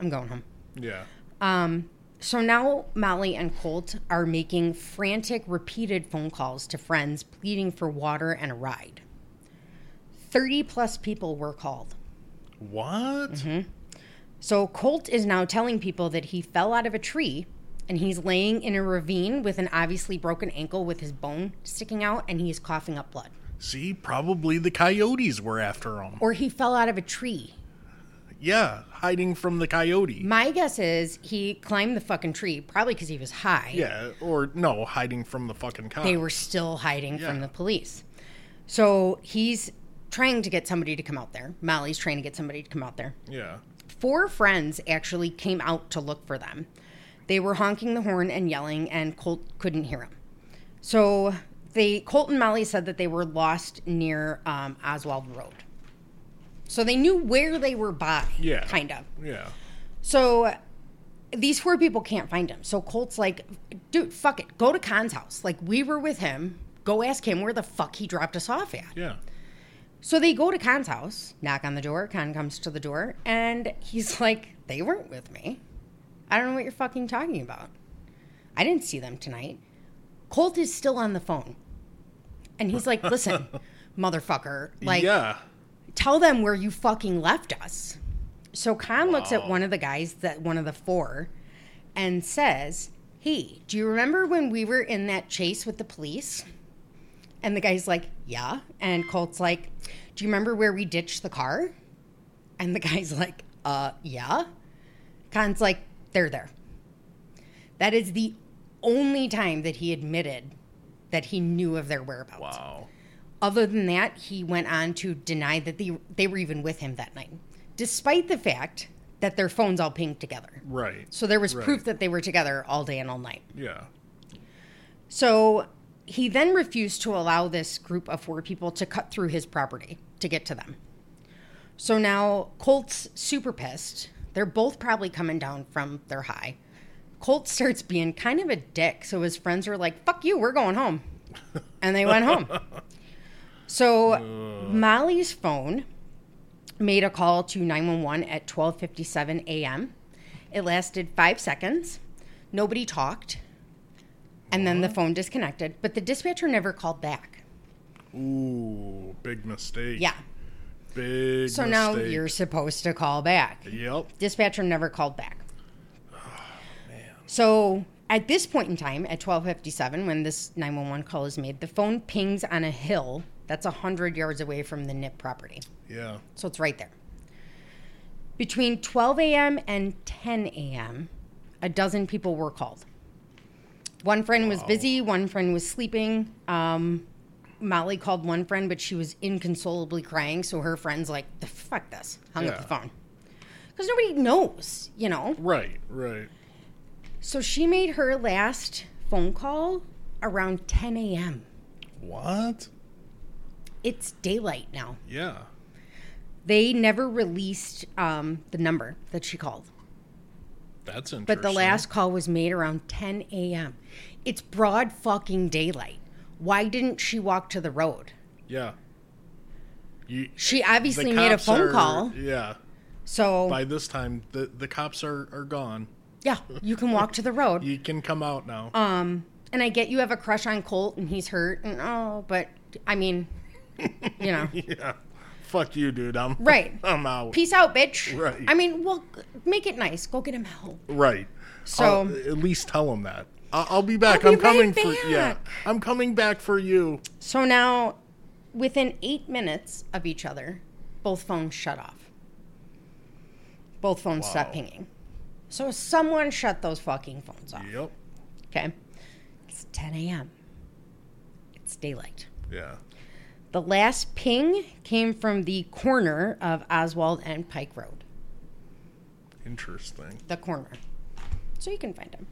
B: I'm going home.
A: yeah.
B: So now Molly and Colt are making frantic, repeated phone calls to friends pleading for water and a ride. 30 plus people were called.
A: What?
B: Mm-hmm. So Colt is now telling people that he fell out of a tree and he's laying in a ravine with an obviously broken ankle with his bone sticking out and he's coughing up blood.
A: See, probably the coyotes were after him.
B: Or he fell out of a tree.
A: Yeah, hiding from the coyote.
B: My guess is he climbed the fucking tree, probably because he was high.
A: yeah, or no, hiding from the fucking cop.
B: they were still hiding from
A: Yeah.
B: the police. So he's trying to get somebody to come out there. Molly's trying to get somebody to come out there.
A: yeah.
B: Four friends actually came out to look for them. They were honking the horn and yelling, and Colt couldn't hear him. So they Colt and Molly said that they were lost near um, Oswald Road. So they knew where they were by,
A: Yeah.
B: kind of.
A: Yeah.
B: So these four people can't find him. So Colt's like, dude, fuck it. Go to Khan's house. Like, we were with him. Go ask him where the fuck he dropped us off at.
A: Yeah.
B: So they go to Khan's house, knock on the door. Khan comes to the door, and he's like, they weren't with me. I don't know what you're fucking talking about. I didn't see them tonight. Colt is still on the phone. And he's like, listen, motherfucker, like,
A: yeah.
B: tell them where you fucking left us. So Khan looks at one of the guys that one of the four and says, Hey, do you remember when we were in that chase with the police? And the guy's like, Yeah. And Colt's like, Do you remember where we ditched the car? And the guy's like, Uh, yeah. Khan's like, They're there. That is the only time that he admitted that he knew of their whereabouts
A: Wow.
B: other than that, he went on to deny that they, they were even with him that night, despite the fact that their phones all pinged together.
A: Right.
B: So there was proof
A: Right.
B: that they were together all day and all night.
A: Yeah.
B: So he then refused to allow this group of four people to cut through his property to get to them. So now Colt's super pissed. They're both probably coming down from their high. Colt starts being kind of a dick. So his friends are like, fuck you, we're going home. And they went home. So Molly's phone made a call to 911 at 12:57 a.m. It lasted 5 seconds. Nobody talked. And then the phone disconnected, but the dispatcher never called back.
A: Ooh, big mistake.
B: Yeah.
A: Big
B: So
A: mistake.
B: now you're supposed to call back.
A: Yep.
B: Dispatcher never called back. So at this point in time, at 12:57, when this 911 call is made, the phone pings on a hill that's 100 yards away from the NIP property.
A: Yeah.
B: So it's right there. Between 12 a.m. and 10 a.m., a dozen people were called. One friend was busy, one friend was sleeping. Um, Molly called one friend, but she was inconsolably crying. So her friend's like, the fuck this, hung up
A: Yeah.
B: the phone. Because nobody knows, you know?
A: Right, right.
B: So she made her last phone call around 10 a.m.
A: What?
B: It's daylight now.
A: Yeah.
B: They never released um, the number that she called.
A: That's interesting.
B: But the last call was made around 10 a.m. It's broad fucking daylight. Why didn't she walk to the road?
A: Yeah. You
B: She
A: the
B: obviously made a
A: cops
B: phone
A: are-
B: call.
A: Yeah.
B: So,
A: By this time the the cops are, are gone.
B: yeah, you can walk to the road.
A: You can come out now.
B: Um, and I get you have a crush on Colt and he's hurt and oh, but I mean, you know.
A: yeah. Fuck you, dude. I'm
B: Right.
A: I'm out.
B: Peace out, bitch.
A: Right.
B: I mean, well, g- make it nice. Go get him help.
A: Right.
B: So-
A: I'll- at least tell him that. I'll, I'll be back.
B: I'll
A: I'm
B: be
A: coming
B: right
A: for yeah.
B: back.
A: I'm coming back for you.
B: So now, within eight minutes of each other, both phones shut off. Both phones
A: Wow.
B: stopped pinging. So someone shut those fucking phones off.
A: Yep.
B: Okay. It's 10 a.m., it's daylight.
A: Yeah.
B: The last ping came from the corner of Oswald and Pike Road.
A: Interesting.
B: the corner. So you can find him.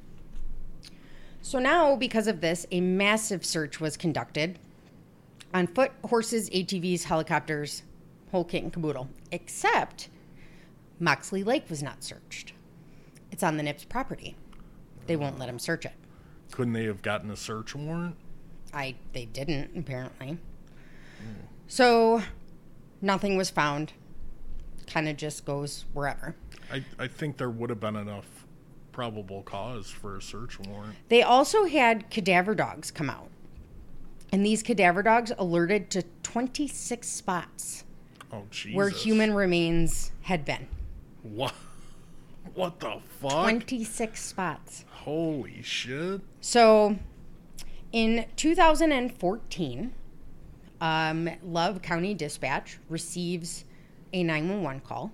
B: So now, because of this, a massive search was conducted on foot, horses, ATVs, helicopters, whole kit and caboodle. Except Moxley Lake was not searched. It's on the NIPS property. They won't let him search it.
A: Couldn't they have gotten a search warrant?
B: I they didn't apparently. So nothing was found. Kind of just goes wherever.
A: I, I think there would have been enough probable cause for a search warrant.
B: They also had cadaver dogs come out. And these cadaver dogs alerted to 26 spots
A: Oh Jesus!
B: where human remains had been.
A: What? What the fuck?
B: 26 spots.
A: Holy shit!
B: So in 2014, um, Love County Dispatch receives a 911 call.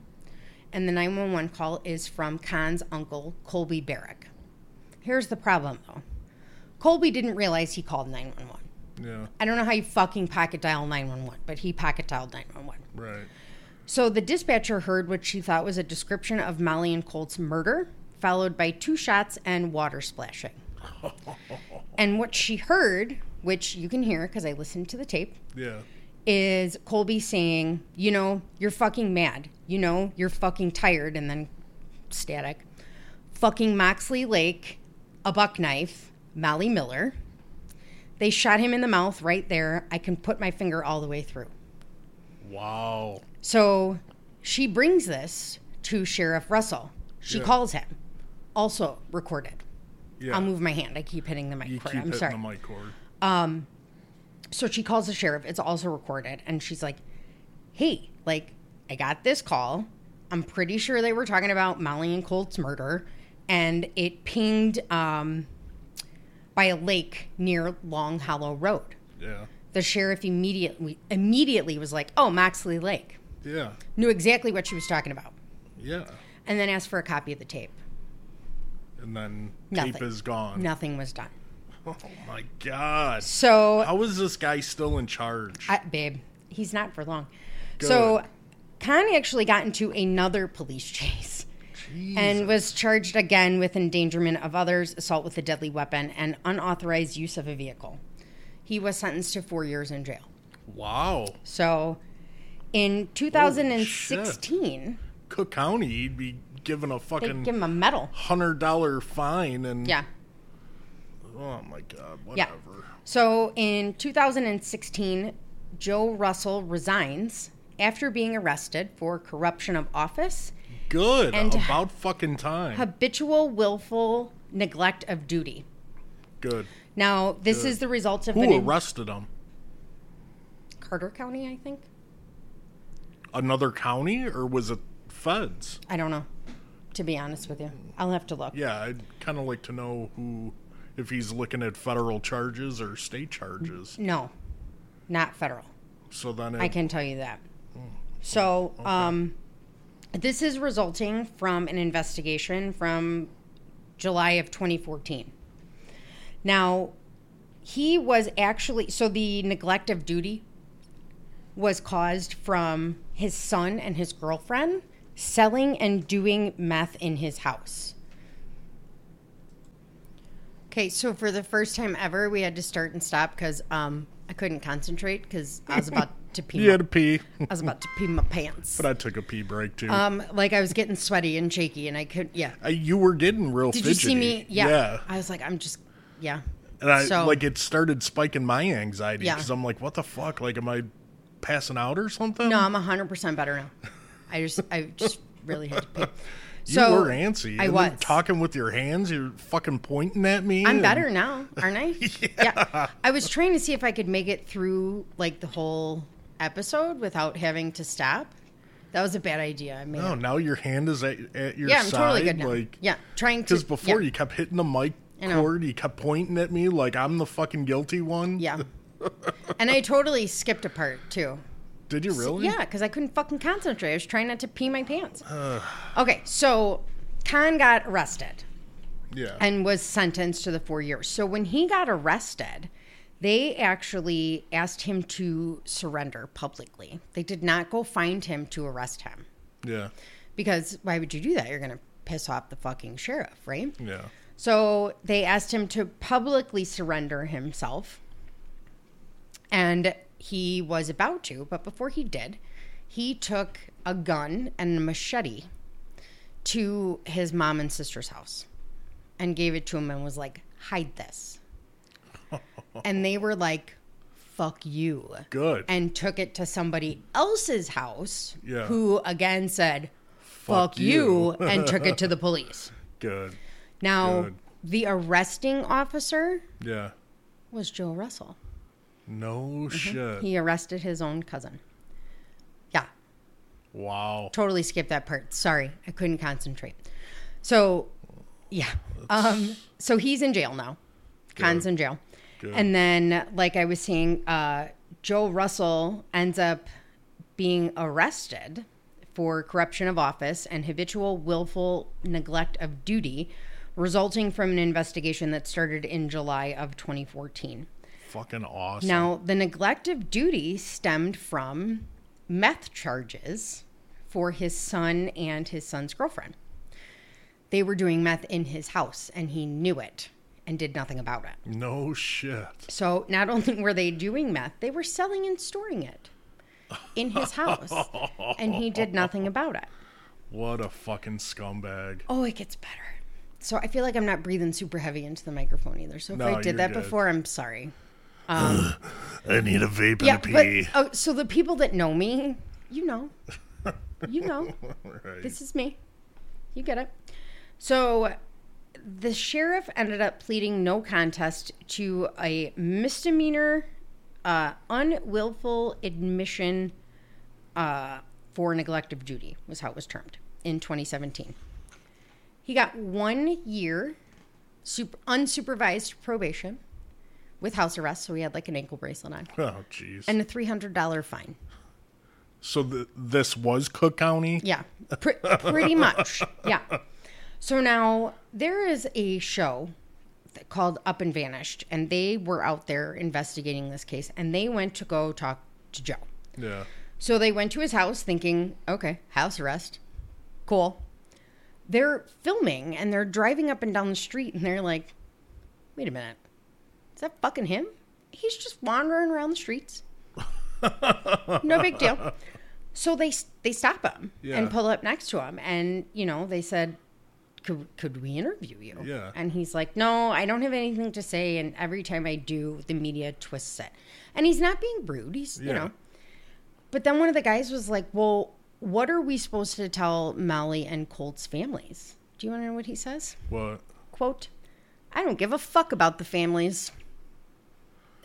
B: And the 911 call is from Khan's uncle, Colby Barrick. Here's the problem, though Colby didn't realize he called 911.
A: Yeah.
B: I don't know how you fucking pocket dial 911, but he pocket dialed 911.
A: Right.
B: So the dispatcher heard what she thought was a description of Molly and Colt's murder, followed by two shots and water splashing. and what she heard, which you can hear because I listened to the tape,
A: Yeah.
B: is Colby saying, You know, you're fucking mad. You know, you're fucking tired. And then static. Fucking Moxley Lake, a buck knife, Molly Miller. They shot him in the mouth right there. I can put my finger all the way through.
A: Wow.
B: So she brings this to Sheriff Russell. She
A: Yeah.
B: calls him. Also recorded.
A: Yeah.
B: I'll move my hand. I keep hitting the mic
A: You
B: cord.
A: keep
B: I'm
A: hitting
B: sorry.
A: the mic cord.
B: so she calls the sheriff it's also recorded and she's like hey like i got this call i'm pretty sure they were talking about molly and colt's murder and it pinged um, by a lake near long hollow road
A: Yeah.
B: the sheriff immediately immediately was like oh moxley lake
A: Yeah.
B: knew exactly what she was talking about
A: Yeah.
B: and then asked for a copy of the tape
A: And then tape
B: Nothing.
A: is gone.
B: nothing was done
A: Oh my god.
B: so
A: How is this guy still in charge?
B: I, babe, he's not for long. So, Khan actually got into another police chase and was charged again with endangerment of others, assault with a deadly weapon, and unauthorized use of a vehicle. He was sentenced to four years in jail.
A: wow.
B: So, in 2016,
A: Cook County, he'd be given a
B: they
A: fucking
B: give him a medal.
A: hundred dollar fine and
B: Yeah.
A: Oh my god.
B: Yeah.
A: Whatever.
B: So in 2016, Joe Russell resigns after being arrested for corruption of office
A: Good.
B: And-
A: about fucking time.
B: habitual willful neglect of duty
A: Good.
B: Now, this is the result of
A: Who
B: an in-
A: arrested him?
B: Carter County, I think.
A: Another county or was it feds?
B: I don't know. To be honest with you, I'll have to look.
A: Yeah, I'd kind of like to know who, if he's looking at federal charges or state charges.
B: No, not federal.
A: So then,
B: I
A: it,
B: can tell you that. So, um, this is resulting from an investigation from July of 2014. Now, he was actually, so the neglect of duty was caused from his son and his girlfriend selling and doing meth in his house. Okay, so for the first time ever, we had to start and stop because um, I couldn't concentrate because I was about to pee.
A: he
B: my-
A: had to pee,
B: I was about to pee my pants.
A: but I took a pee break too.
B: Um, like I was getting sweaty and shaky, and I could, yeah.
A: I, you were getting real
B: Did
A: fidgety.
B: you see me? Yeah.
A: yeah.
B: I was like, I'm just, yeah.
A: And I
B: So-
A: like it started spiking my anxiety
B: Yeah.
A: because I'm like, what the fuck? Like, am I passing out or something?
B: No, I'm 100% better now. I just, I just really had to pee.
A: you
B: So
A: were antsy.
B: I
A: And
B: was.
A: then talking with your hands. You're fucking pointing at me.
B: I'm
A: and-
B: better now, aren't I? yeah. I was trying to see if I could make it through like the whole episode without having to stop. That was a bad idea. I mean,
A: No, Oh, now your hand is at, at your
B: yeah, I'm
A: side.
B: totally good now.
A: Like,
B: yeah, trying to.
A: Because before
B: yeah,
A: you kept hitting the mic
B: I know.
A: cord, you kept pointing at me like I'm the fucking guilty one.
B: Yeah. and I totally skipped a part too.
A: Did you really?
B: Yeah, because I couldn't fucking concentrate. I was trying not to pee my pants. okay, so Khan got arrested
A: Yeah.
B: and was sentenced to the four years. So when he got arrested, they actually asked him to surrender publicly. They did not go find him to arrest him
A: yeah.
B: because why would you do that? You're going to piss off the fucking sheriff, right?
A: Yeah.
B: So they asked him to publicly surrender himself. And he was about to, but before he did, he took a gun and a machete to his mom and sister's house and gave it to him and was like, hide this. and they were like, fuck you.
A: Good.
B: And took it to somebody else's house
A: Yeah.
B: who again said, fuck,
A: Fuck
B: you,
A: you.
B: and took it to the police.
A: Good.
B: Now,
A: Good.
B: the arresting officer
A: Yeah.
B: was Joe Russell. Mm-hmm.
A: No shit.
B: He arrested his own cousin. Yeah,
A: wow.
B: totally skipped that part. Sorry, I couldn't concentrate. So, yeah. Um, so he's in jail now. Khan's in jail.
A: Good.
B: And then, like I was saying, uh, Joe Russell ends up being arrested for corruption of office and habitual willful neglect of duty, resulting from an investigation that started in July of 2014.
A: Fucking awesome.
B: Now, the neglect of duty stemmed from meth charges for his son and his son's girlfriend. They were doing meth in his house and he knew it and did nothing about it.
A: No shit.
B: So, not only were they doing meth, they were selling and storing it in his house and he did nothing about it.
A: What a fucking scumbag.
B: Oh, it gets better. So, I feel like I'm not breathing super heavy into the microphone either. So, if
A: No,
B: I did
A: you're
B: that
A: good.
B: before, I'm sorry.
A: I need a vape and
B: Yeah,
A: a pee.
B: but oh, so the people that know me, you know, you know,
A: right.
B: this is me. You get it. So the sheriff ended up pleading no contest to a misdemeanor, uh, unwillful admission uh, for neglect of duty was how it was termed in 2017. He got one year super, unsupervised probation with house arrest, so he had like an ankle bracelet on
A: oh, jeez.
B: and a three hundred dollar fine.
A: so th- this was Cook County?
B: Yeah, pr- pretty much. Yeah. So now there is a show that- called Up and Vanished, and they were out there investigating this case, and they went to go talk to Joe.
A: Yeah.
B: So they went to his house thinking, okay, house arrest. Cool. They're filming and they're driving up and down the street and they're like, wait a minute. Is that fucking him? He's just wandering around the streets. no big deal. So they they stop him
A: Yeah.
B: and pull up next to him and, you know, they said, could, could we interview you?
A: Yeah.
B: And he's like, no, I don't have anything to say. And every time I do, the media twists it. And he's not being rude. He's, you
A: Yeah.
B: know, but then one of the guys was like, Well, what are we supposed to tell Molly and Colt's families? Do you want to know what he says?
A: What?
B: Quote, I don't give a fuck about the families.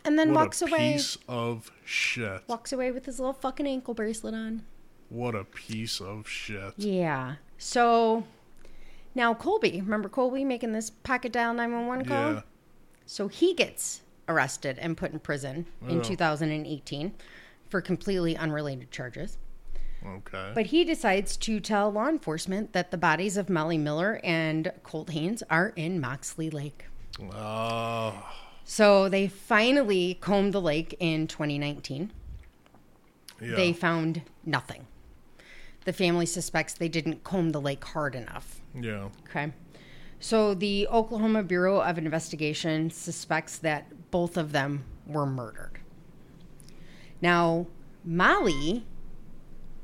B: And then
A: What
B: walks
A: a
B: away.
A: piece of shit.
B: Walks away with his little fucking ankle bracelet on.
A: What a piece of shit.
B: Yeah. So now Colby, remember Colby making this pocket dial 911 call?
A: Yeah.
B: So he gets arrested and put in prison in
A: Oh.
B: 2018 for completely unrelated charges.
A: Okay.
B: But he decides to tell law enforcement that the bodies of Molly Miller and Colt Haynes are in Moxley Lake.
A: Oh,
B: So they finally combed the lake in 2019.
A: yeah.
B: They found nothing. The family suspects they didn't comb the lake hard enough.
A: yeah.
B: Okay. So the Oklahoma Bureau of Investigation suspects that both of them were murdered. Now, Molly,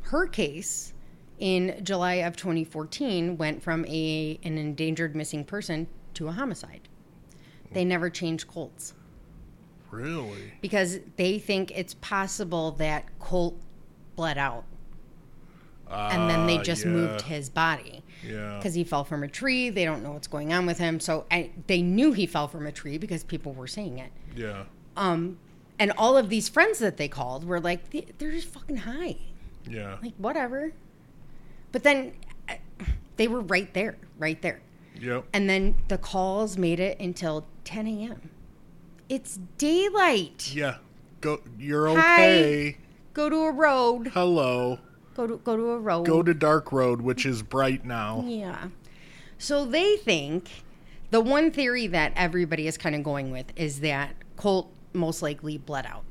B: her case in July of 2014 went from a an endangered missing person to a homicide. They never changed Colt's
A: Really?
B: because they think it's possible that Colt bled out and then they
A: Ah,
B: just
A: yeah.
B: moved his body
A: Yeah.
B: because he fell from a tree. They don't know what's going on with him. So I, they knew he fell from a tree because people were saying it.
A: Yeah.
B: Um, and all of these friends that they called were like, "They- they're just fucking high.
A: Yeah.
B: Like, whatever. But then I- they were right there, right there.
A: Yep.
B: And then the calls made it until 10 a.m. It's daylight.
A: Yeah. Go. You're
B: Hi.
A: okay.
B: Go to a road.
A: Hello.
B: Go to go to a road.
A: Go to Dark Road, which is bright now.
B: Oh. Yeah. So they think the one theory that everybody is kind of going with is that Colt most likely bled out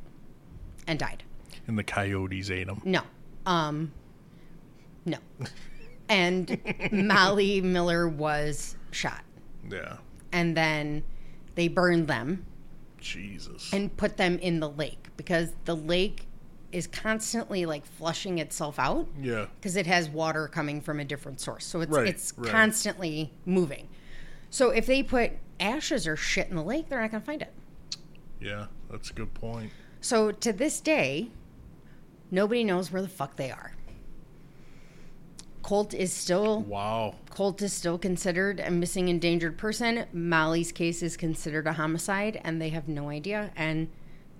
B: and died.
A: And the coyotes ate him.
B: No. Um no. And Molly Miller was shot.
A: Yeah.
B: And then they burned them
A: Jesus.
B: and put them in the lake because the lake is constantly like flushing itself out
A: yeah.
B: because it has water coming from a different source. So it's
A: Right,
B: it's
A: right.
B: constantly moving. So if they put ashes or shit in the lake, they're not going to find it.
A: Yeah. That's a good point.
B: So to this day, nobody knows where the fuck they are. Colt is still
A: Wow.
B: Colt is still considered a missing endangered person. Molly's case is considered a homicide and they have no idea and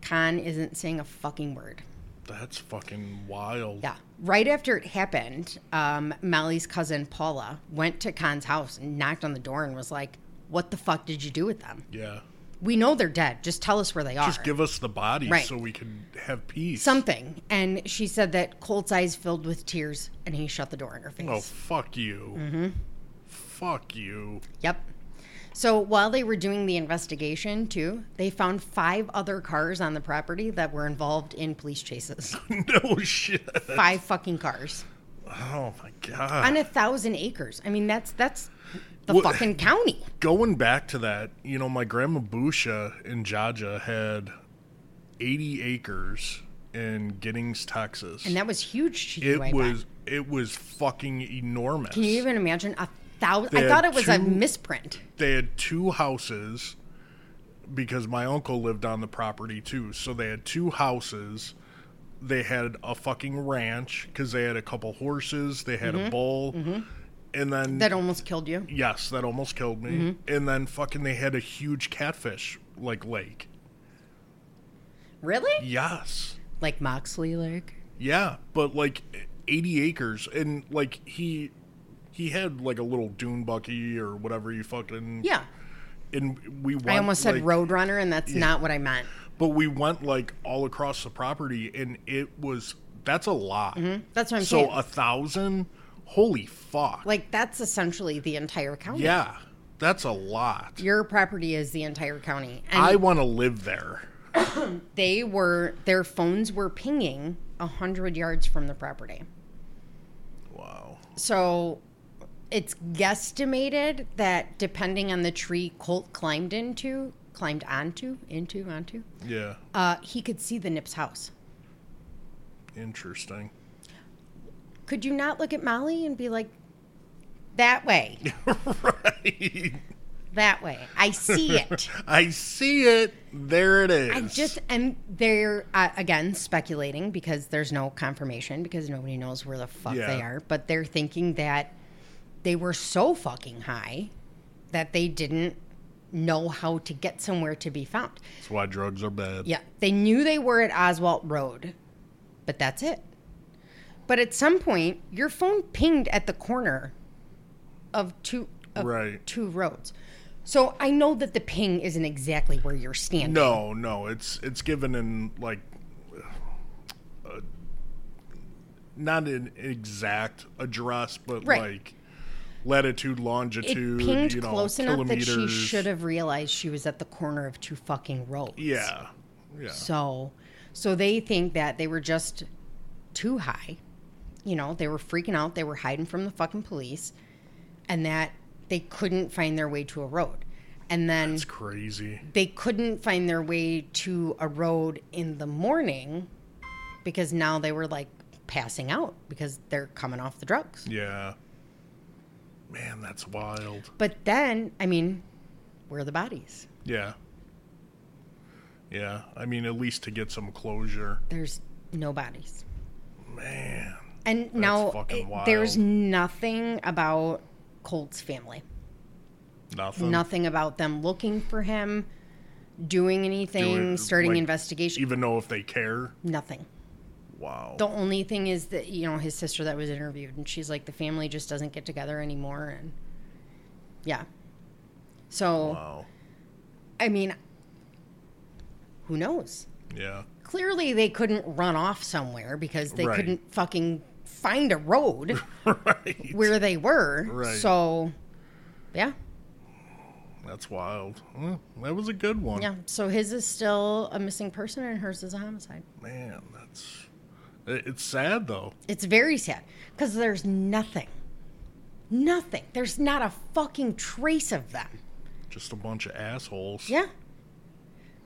B: Khan isn't saying a fucking word.
A: That's fucking wild.
B: Yeah. Right after it happened, um, Molly's cousin Paula went to Khan's house and knocked on the door and was like, What the fuck did you do with them?
A: Yeah.
B: We know they're dead. Just tell us where they are.
A: Just give us the body
B: Right.
A: so we can have peace.
B: Something. And she said that Colt's eyes filled with tears and he shut the door in her face.
A: Oh, fuck you.
B: Mm-hmm.
A: Fuck you.
B: Yep. So while they were doing the investigation, too, they found five other cars on the property that were involved in police chases.
A: no shit.
B: five fucking cars
A: Oh my god.
B: on a thousand acres. I mean, that's that's the
A: Well-
B: fucking county.
A: Going back to that, you know, my grandma Busha in Jaja had 80 acres in Giddings, Texas.
B: And that was huge to you, I
A: it
B: bet.
A: was it was fucking enormous.
B: Can you even imagine a thousand? I
A: They
B: thought it
A: had
B: was a
A: two-
B: misprint.
A: they had two houses because my uncle lived on the property too. So they had two houses. They had a fucking ranch because they had a couple horses. They had a bull, and then
B: Mm-hmm. That Mm-hmm. almost killed you.
A: yes, that almost killed me. And then fucking they had a huge catfish like lake.
B: Really?
A: Yes,
B: Like Moxley Lake.
A: yeah, but like eighty acres, and like he he had like a little dune bucky or whatever you fucking
B: Yeah.
A: And we went,
B: I almost said
A: like-
B: Roadrunner, and that's not what I meant.
A: But we went like all across the property, and it was that's a lot.
B: That's what I'm
A: So
B: saying.
A: a thousand, holy fuck!
B: like that's essentially the entire county.
A: yeah, that's a lot.
B: Your property is the entire county, and
A: I want to live there.
B: they were their phones were pinging a hundred yards from the property.
A: Wow.
B: So it's guesstimated that depending on the tree Colt climbed into, climbed onto, into, onto,
A: Yeah,
B: uh, he could see the Nips house.
A: interesting.
B: Could you not look at Molly and be like, that way,
A: right.
B: that way? I see it.
A: I see it. There it is.
B: I just, and they're, uh, again, speculating because there's no confirmation because nobody knows where the fuck
A: Yeah.
B: they are, but they're thinking that they were so fucking high that they didn't know how to get somewhere to be found.
A: That's why drugs are bad.
B: Yeah, they knew they were at Oswald Road, but that's it. But at some point, your phone pinged at the corner of two of
A: Right.
B: two roads. So I know that the ping isn't exactly where you're standing.
A: No, no, it's it's given in like uh, not an exact address, but
B: Right.
A: like latitude,
B: It
A: longitude,
B: pinged
A: you know,
B: close enough that
A: kilometers.
B: she should have realized she was at the corner of two fucking roads.
A: Yeah, yeah,
B: So, so they think that they were just too high. You know, they were freaking out. They were hiding from the fucking police, and that they couldn't find their way to a road. And then
A: it's crazy.
B: they couldn't find their way to a road in the morning because now they were like passing out because they're coming off the drugs.
A: Yeah, man, that's wild.
B: But then, I mean, where are the bodies?
A: Yeah, yeah. I mean, at least to get some closure,
B: There's no bodies.
A: man.
B: And now
A: fucking
B: it- there's
A: wild.
B: nothing about Colt's family.
A: Nothing.
B: Nothing about them looking for him, doing anything,
A: Doing,
B: starting
A: like,
B: investigation.
A: Even know if they care.
B: nothing.
A: Wow.
B: The only thing is that you know his sister that was interviewed, and she's like, the family just doesn't get together anymore, and yeah. So
A: Wow.
B: I mean, who knows?
A: Yeah.
B: Clearly, they couldn't run off somewhere because they
A: Right.
B: couldn't fucking find a road.
A: right.
B: where they were.
A: Right.
B: So, yeah,
A: That's wild. Well, that was a good one.
B: yeah. So his is still a missing person, and hers is a homicide.
A: Man, that's it- it's sad though.
B: It's very sad because there's nothing, nothing. There's not a fucking trace of them.
A: Just a bunch of assholes.
B: Yeah,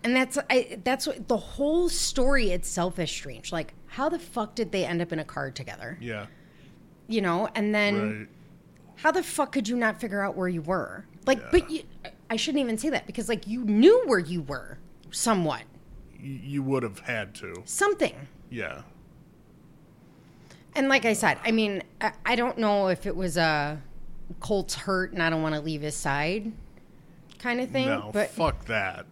B: and that's I, that's what the whole story itself is strange. Like, how the fuck did they end up in a car together?
A: Yeah.
B: You know, and then.
A: Right.
B: how the fuck could you not figure out where you were? Like,
A: Yeah.
B: but you, I shouldn't even say that because like you knew where you were somewhat,
A: Y- You would have had to.
B: something.
A: Yeah.
B: And like I said, I mean, I, I don't know if it was a Colt's hurt and I don't want to leave his side kind of thing,
A: No,
B: but
A: fuck that.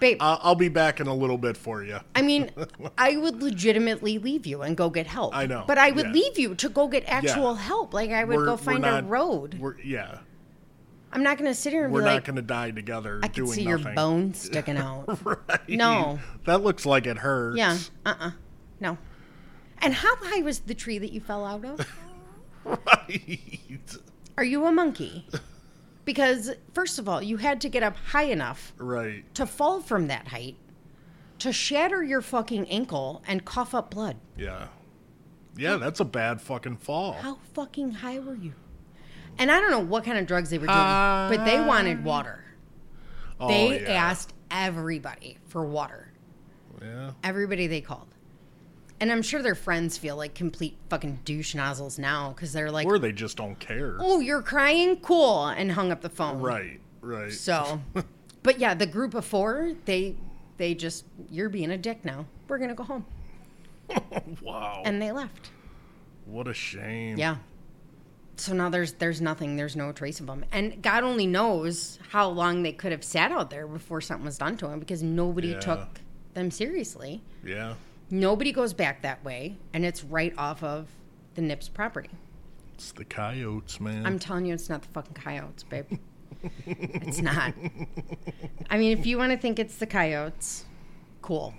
B: babe,
A: I'll, I'll be back in a little bit for you.
B: I mean, I would legitimately leave you and go get help.
A: I know,
B: but I would
A: yeah.
B: leave you to go get actual help. Like I would go find a road.
A: We're, yeah.
B: I'm not going to sit here and
A: We're
B: be
A: not
B: like,
A: going to die together
B: I
A: doing
B: can see
A: nothing.
B: your bone sticking out.
A: Right.
B: No.
A: That looks like it hurts.
B: Yeah. Uh uh No. And how high was the tree that you fell out of?
A: Right.
B: Are you a monkey? Because, first of all, you had to get up high enough
A: Right.
B: to fall from that height, to shatter your fucking ankle and cough up blood.
A: Yeah. Yeah, that's a bad fucking fall.
B: How fucking high were you? And I don't know what kind of drugs they were doing, but they wanted water.
A: Um, Oh,
B: They
A: yeah.
B: asked everybody for water,
A: Yeah.
B: everybody they called. And I'm sure their friends feel like complete fucking douche nozzles now because they're like,
A: Or they just don't care.
B: oh, you're crying? Cool. And hung up the phone.
A: Right, right.
B: So, but yeah, the group of four, they they just you're being a dick now. We're gonna go home,
A: wow.
B: and they left.
A: what a shame.
B: Yeah. So now there's there's nothing. There's no trace of them, and God only knows how long they could have sat out there before something was done to them because nobody
A: Yeah.
B: took them seriously.
A: Yeah.
B: Nobody goes back that way, and it's right off of the Nips property.
A: It's the coyotes, man.
B: I'm telling you, it's not the fucking coyotes, babe. it's not. I mean, if you want to think it's the coyotes, cool.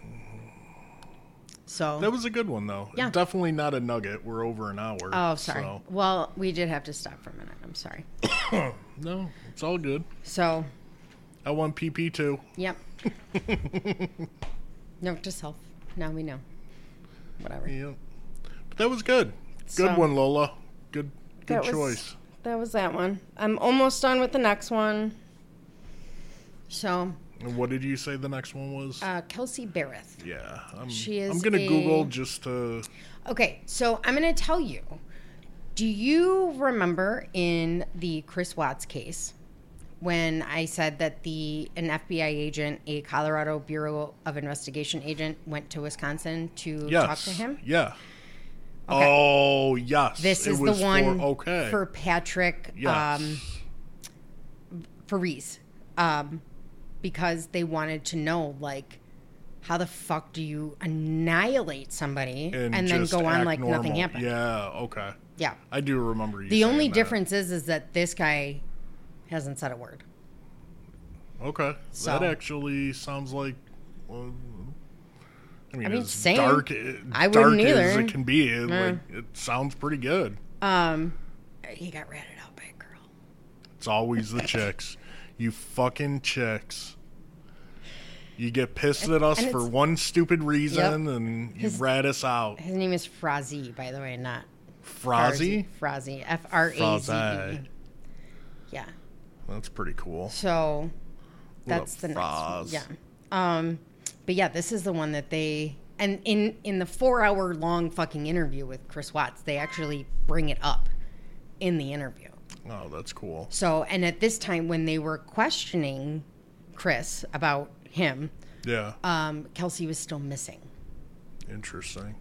B: So,
A: that was a good one though.
B: Yeah.
A: Definitely not a nugget. We're over an hour.
B: oh, sorry.
A: so-
B: Well, we did have to stop for a minute. I'm sorry.
A: no, it's all good.
B: So,
A: I won PP too.
B: yep. Note to self. Now we know. Whatever.
A: Yeah. But that was good. Good
B: So-
A: one, Lola. Good good
B: That was-
A: choice.
B: That was that one. I'm almost done with the next one. So,
A: And what did you say the next one was?
B: uh, Kelsey Barrett.
A: yeah. I'm
B: she
A: I'm
B: is
A: gonna
B: a-
A: Google just to
B: Okay, so I'm going to tell you. Do you remember in the Chris Watts case when I said that the an FBI agent, a Colorado Bureau of Investigation agent, went to Wisconsin to
A: yes.
B: talk to him?
A: Yeah.
B: Okay.
A: Oh yes.
B: This
A: It
B: is the
A: was for-
B: one um,
A: okay.
B: for Patrick
A: yes.
B: um, Faris. um, because they wanted to know like how the fuck do you annihilate somebody and, then
A: just
B: go on
A: act
B: like
A: normal.
B: nothing happened?
A: Yeah, okay.
B: Yeah.
A: I do remember you
B: The
A: saying
B: only
A: that.
B: difference is is that this guy hasn't said a word.
A: Okay.
B: So-
A: That actually sounds like. Well, I mean,
B: I mean,
A: as
B: same.
A: dark, eh,
B: I
A: dark
B: wouldn't
A: as
B: either. Mm.
A: it can be, it, like, it sounds pretty good.
B: Um, he got ratted out by a girl.
A: It's always the chicks. You fucking chicks. You get pissed at us
B: and
A: for
B: it's-
A: one stupid reason and you rat us out.
B: His name is Frazee, by the way, not
A: Frozzy?
B: Frazee. F R A Z E.
A: Frozzy.
B: Yeah.
A: That's pretty cool.
B: So
A: What
B: that's
A: up,
B: the next.
A: Froz?
B: Yeah. Um, but yeah, this is the one that they and in in the four hour long fucking interview with Chris Watts, they actually bring it up in the interview.
A: Oh, that's cool.
B: So and at this time when they were questioning Chris about him,
A: Yeah.
B: um, Kelsey was still missing.
A: Interesting.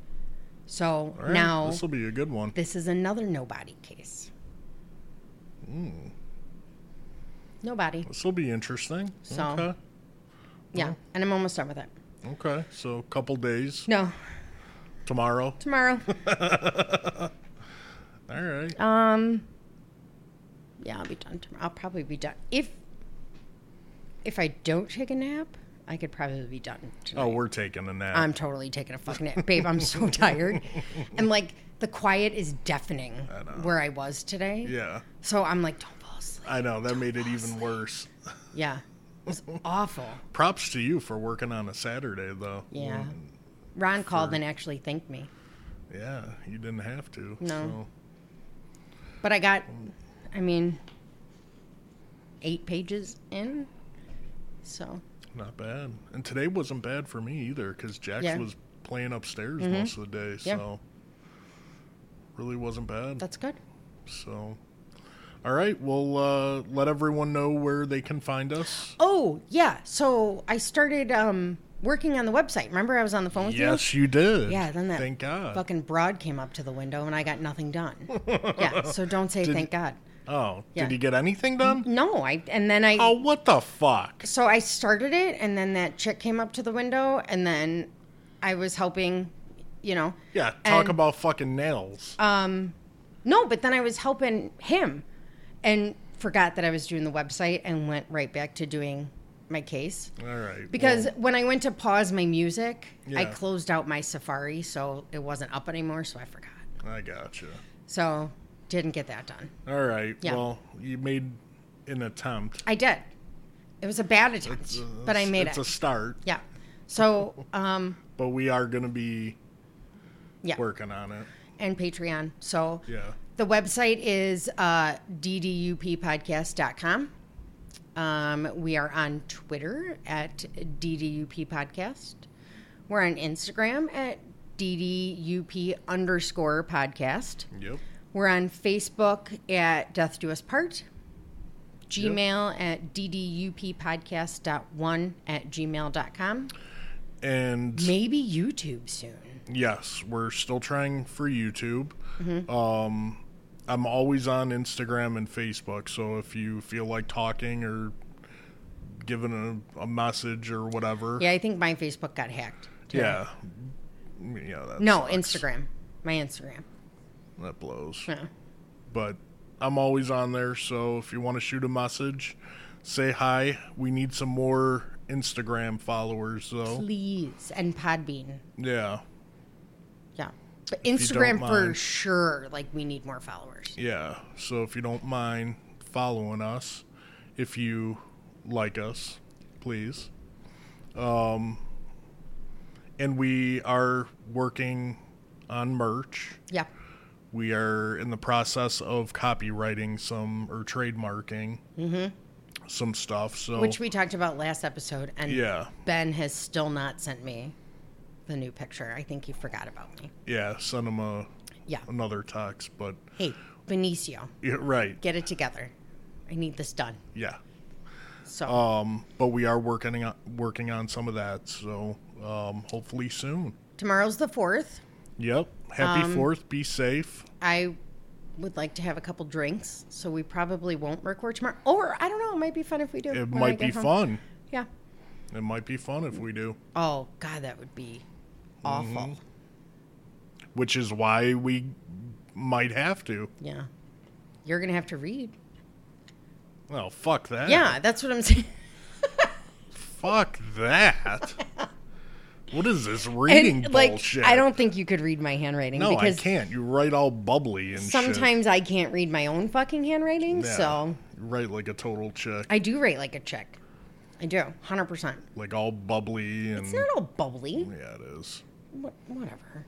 B: So
A: All right.
B: now
A: This will be a good one.
B: This is another nobody case.
A: Hmm.
B: Nobody.
A: This will be interesting.
B: So-
A: Okay.
B: Yeah. And I'm almost done with it.
A: Okay. So, a couple days.
B: No,
A: Tomorrow.
B: tomorrow.
A: All right.
B: um, yeah, I'll be done tomorrow. I'll probably be done. If if I don't take a nap, I could probably be done tonight.
A: Oh, we're taking a nap.
B: I'm totally taking a fucking nap. Babe, I'm so tired. And like the quiet is deafening
A: know.
B: where I was today.
A: yeah.
B: So I'm like, don't fall asleep.
A: I know. That made it even worse.
B: Yeah. It was awful.
A: Props to you for working on a Saturday, though.
B: Yeah. Ron called and actually thanked me.
A: Yeah. You didn't have to.
B: No. But I got, I mean, eight pages in. So,
A: So, not bad. And today wasn't bad for me either because Jax
B: Yeah. Mm-hmm.
A: was playing upstairs most of the day.
B: Yeah.
A: So, really wasn't bad.
B: that's good.
A: so. All right, we'll uh, let everyone know where they can find us.
B: Oh, yeah. So I started um, working on the website. Remember, I was on the phone with you?
A: Yes, you did.
B: Yeah, then that
A: Thank God.
B: fucking broad came up to the window and I got nothing done. yeah, so don't say thank God.
A: oh,
B: Yeah.
A: did you get anything done?
B: No, I, and then I,
A: Oh, what the fuck?
B: so I started it and then that chick came up to the window and then I was helping, you know.
A: Yeah, talk
B: And- Uh,
A: about fucking nails.
B: No, but then I was helping him and forgot that I was doing the website and went right back to doing my case.
A: All right.
B: Because
A: well,
B: when I went to pause my music, I
A: Yeah.
B: closed out my Safari, so it wasn't up anymore, so I forgot.
A: I gotcha.
B: So didn't get that done.
A: All right.
B: Yeah.
A: Well, you made an attempt.
B: I did. It was a bad attempt,
A: It's, uh,
B: but I made
A: it's
B: it.
A: a start,
B: yeah. So, um,
A: but we are going to be
B: yeah.
A: working on it.
B: And Patreon. So
A: Yeah.
B: The website is uh, ddupodcast.com. Um, we are on Twitter at ddupodcast. We're on Instagram at ddup underscore podcast.
A: Yep.
B: We're on Facebook at Death Do Us Part. Gmail at dduppodcast.1 at gmail.com.
A: And
B: Maybe YouTube soon.
A: yes, we're still trying for YouTube. Um, I'm always on Instagram and Facebook, so if you feel like talking or giving a, a message or whatever,
B: Yeah, I think my Facebook got hacked. today.
A: yeah, yeah, that
B: No,
A: sucks.
B: Instagram. My Instagram.
A: that blows.
B: No.
A: but I'm always on there. So if you want to shoot a message, say hi. We need some more Instagram followers, though.
B: Please. And Podbean.
A: Yeah,
B: Yeah. But
A: you don't
B: Instagram for
A: mind.
B: sure. Like, we need more followers.
A: yeah. So if you don't mind following us, if you like us, please. Um, and we are working on merch.
B: Yeah.
A: We are in the process of copywriting some or trademarking some stuff. So
B: Mm-hmm. Which we talked about last episode. And
A: yeah,
B: Ben has still not sent me the new picture. I think he forgot about me.
A: yeah, send them a
B: Yeah.
A: another text, but
B: Hey, Benicio,
A: yeah, right,
B: get it together. I need this done.
A: yeah.
B: So,
A: Um, but we are working on working on some of that, so um, hopefully soon.
B: tomorrow's the 4th.
A: Yep. Happy Fourth. Be safe.
B: I would like to have a couple drinks, so we probably won't record tomorrow. Or I don't know, it might be fun if we do.
A: It
B: when I
A: might
B: get
A: be
B: home.
A: fun.
B: Yeah.
A: It might be fun if we do,
B: Oh God, that would be awful.
A: Mm-hmm. which is why we might have to.
B: Yeah. You're gonna have to read.
A: Well, fuck that.
B: Yeah, that's what I'm saying.
A: Fuck that. what is this reading
B: And like,
A: bullshit?
B: I don't think you could read my handwriting
A: No, I
B: because
A: can't. You write all bubbly and shit.
B: sometimes I can't read my own fucking handwriting.
A: Yeah.
B: So
A: You write like a total chick,
B: I do write like a chick. I do, hundred percent.
A: like all bubbly and
B: It's not all bubbly.
A: yeah, it is.
B: Wha- Whatever.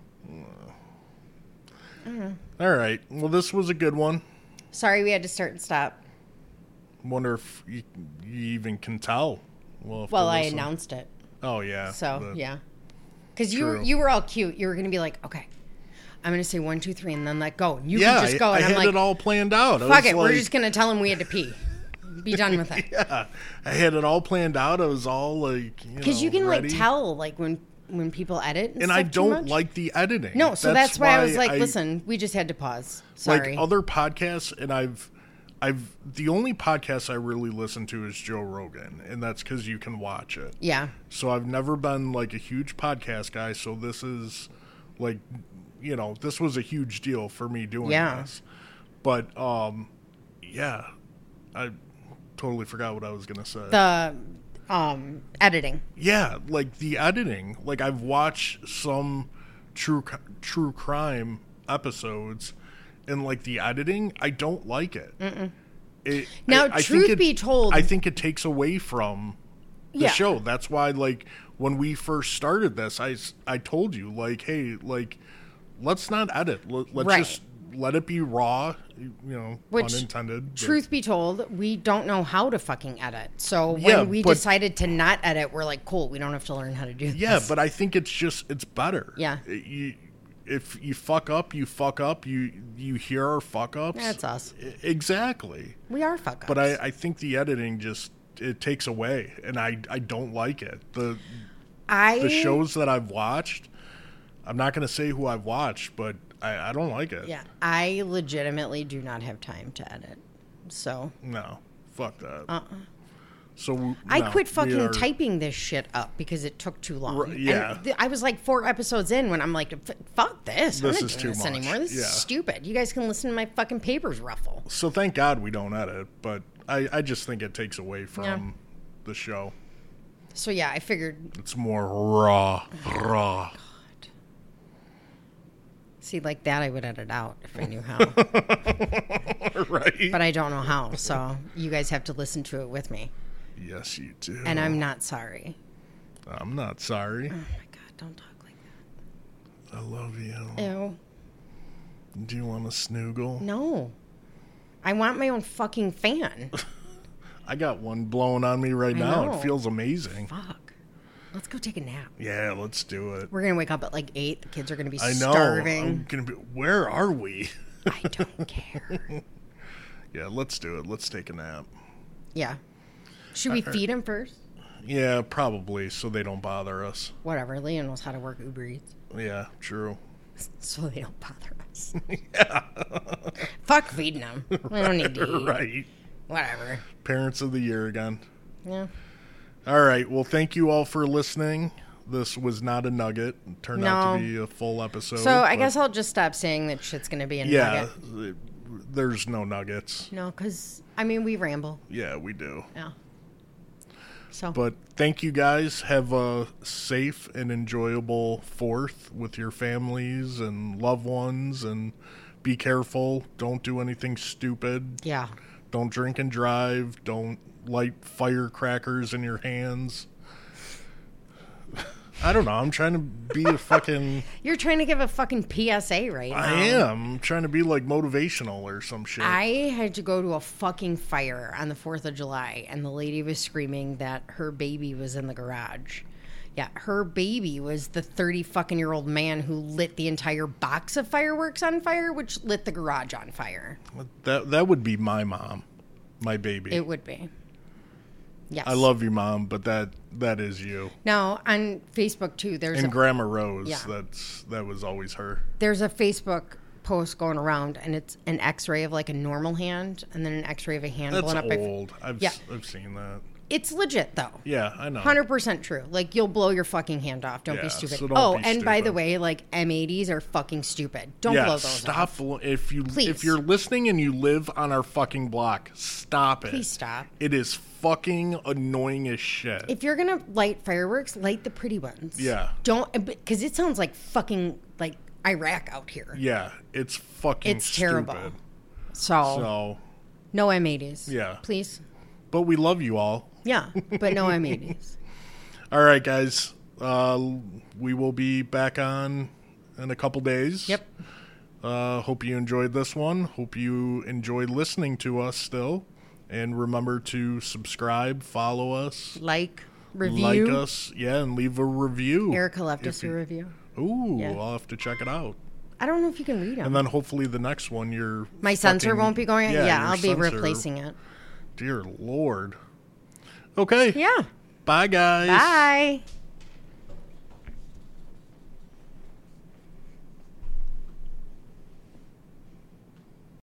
A: All right. Well, this was a good one.
B: Sorry, we had to start and stop.
A: Wonder if you, you even can tell. Well,
B: Well, I announced it.
A: Oh yeah.
B: So
A: but-
B: yeah, because you were
A: True.
B: you were all cute. You were gonna be like, okay, I'm gonna say one, two, three, and then let go. And you
A: Yeah,
B: can just
A: I-
B: go.
A: I,
B: And
A: had
B: am like,
A: it all planned out. I
B: fuck
A: was
B: it.
A: like-
B: We're just gonna tell him we had to pee. Be done with it.
A: Yeah, I had it all planned out. I was all like,
B: Because
A: because
B: you can
A: ready.
B: like tell like when when people edit and,
A: and
B: stuff
A: I
B: too
A: don't
B: much.
A: like the editing.
B: No, so that's, why, I was like, listen, we just had to pause. Sorry.
A: like other podcasts, and I've, I've the only podcast I really listen to is Joe Rogan, and that's because you can watch it.
B: yeah.
A: So I've never been like a huge podcast guy. So this is like, you know, this was a huge deal for me doing
B: Yeah.
A: this. But um, yeah, I totally forgot what I was gonna say.
B: The um editing.
A: yeah, like the editing. Like I've watched some true cr- true crime episodes, and like the editing, I don't like it. It-
B: Now, truth
A: it-
B: be told-
A: I think it takes away from the
B: Yeah.
A: show. That's why, like, when we first started this, I s- I told you, like, hey, like, let's not edit. Let, let's
B: Right.
A: just let it be raw. You know,
B: Which,
A: unintended. but-
B: Truth be told, we don't know how to fucking edit. So when
A: Yeah,
B: we
A: but-
B: decided to not edit, we're like, cool, we don't have to learn how to do this.
A: Yeah, but I think it's just it's better.
B: Yeah.
A: It- you, if you fuck up, you fuck up. You you hear our fuck ups.
B: That's us.
A: E- Exactly.
B: We are fuck ups.
A: But I I think the editing just it takes away, and I I don't like it. The
B: I
A: the shows that I've watched, I'm not gonna say who I've watched, but I I don't like it.
B: Yeah. I legitimately do not have time to edit. So
A: No. Fuck that. Uh. uh So w-
B: Uh-uh. I
A: no,
B: quit
A: we
B: fucking
A: are-
B: typing this shit up because it took too long.
A: Ri- yeah.
B: And th- I was like four episodes in when I'm like, "F- fuck this. I'm
A: This
B: not
A: is
B: doing
A: too
B: this
A: much."
B: anymore. This
A: Yeah.
B: is stupid. You guys can listen to my fucking papers ruffle.
A: So thank God we don't edit, but I I just think it takes away from the show.
B: So yeah, I figured,
A: It's more raw, raw.
B: see, like that I would edit out if I knew how. but
A: right?
B: I don't know how. So you guys have to listen to it with me.
A: yes, you do.
B: And I'm not sorry.
A: I'm not sorry.
B: Oh my God, don't talk like
A: I love you.
B: that. Ew.
A: Do you want a snoogle?
B: No. I want my own fucking fan.
A: I got one blowing on me right now.
B: know.
A: It feels amazing.
B: Fuck. Let's go take a nap.
A: Yeah, let's do it.
B: We're gonna wake up at like eight. The kids are gonna be
A: I know. I'm
B: starving.
A: gonna be. Where are we?
B: I don't care.
A: yeah, let's do it. Let's take a nap.
B: Yeah. Should we feed him first?
A: Yeah, probably so they don't bother us.
B: Whatever. Leon knows how to work Uber Eats,
A: Yeah, true.
B: so they don't bother us. Fuck feeding them. We don't need to eat.
A: Right.
B: Whatever.
A: Parents of the year again.
B: Yeah.
A: All right. Well, thank you all for listening. This was not a nugget. It turned out to
B: No.
A: be a full episode.
B: So I
A: but-
B: guess I'll just stop saying that shit's gonna be in
A: Yeah,
B: yeah.
A: th- there's no nuggets.
B: No, because I mean we ramble.
A: Yeah, we do.
B: Yeah. So
A: But thank you guys. Have a safe and enjoyable fourth with your families and loved ones and be careful. Don't do anything stupid.
B: yeah.
A: Don't drink and drive. Don't light firecrackers in your hands. I don't know. I'm trying to be a fucking.
B: You're trying to give a fucking PSA right now.
A: I am. I'm trying to be like motivational or some shit.
B: Um, I had to go to a fucking fire on the 4th of July, and the lady was screaming that her baby was in the garage. Yeah, her baby was the 30 fucking year old man who lit the entire box of fireworks on fire, which lit the garage on fire.
A: that that would be my mom, my baby.
B: It would be. Yes.
A: I love you, mom, but that that is you.
B: Now, on Facebook, too, there's
A: And
B: a
A: Grandma Rose,
B: Yeah.
A: that's that was always her.
B: there's a Facebook post going around, and it's an X-ray of like a normal hand, and then an X-ray of a hand
A: That's
B: blown up. by f-
A: old. I've,
B: Yeah.
A: I've seen that.
B: It's legit though.
A: Yeah, I know.
B: Hundred percent true. Like you'll blow your fucking hand off. Don't
A: Yeah,
B: be stupid.
A: so don't
B: oh,
A: be
B: and by the
A: stupid.
B: way, like M80s are fucking stupid. Don't
A: yeah,
B: blow those off.
A: stop. blo- If you
B: Please.
A: if you're listening and you live on our fucking block, stop it.
B: Please stop.
A: It is fucking annoying as shit.
B: If you're gonna light fireworks, light the pretty ones.
A: Yeah.
B: Don't because it sounds like fucking like Iraq out here.
A: yeah, it's fucking.
B: It's terrible.
A: stupid.
B: So,
A: So,
B: no M80s.
A: Yeah.
B: Please.
A: but we love you all.
B: Yeah, but no M80s.
A: All right, guys. Uh, we will be back on in a couple days.
B: Yep.
A: Uh, hope you enjoyed this one. Hope you enjoyed listening to us still. And remember to subscribe, follow us,
B: Like review.
A: like us, yeah, and leave a review.
B: Erica left us
A: If you-
B: a review.
A: Ooh,
B: Yeah.
A: I'll have to check it out.
B: I don't know if you can read them.
A: And then hopefully the next one, your
B: My sensor
A: fucking-
B: won't be going. Yeah,
A: your
B: I'll be
A: sensor-
B: replacing it.
A: Dear Lord. Okay.
B: Yeah.
A: Bye, guys.
B: Bye.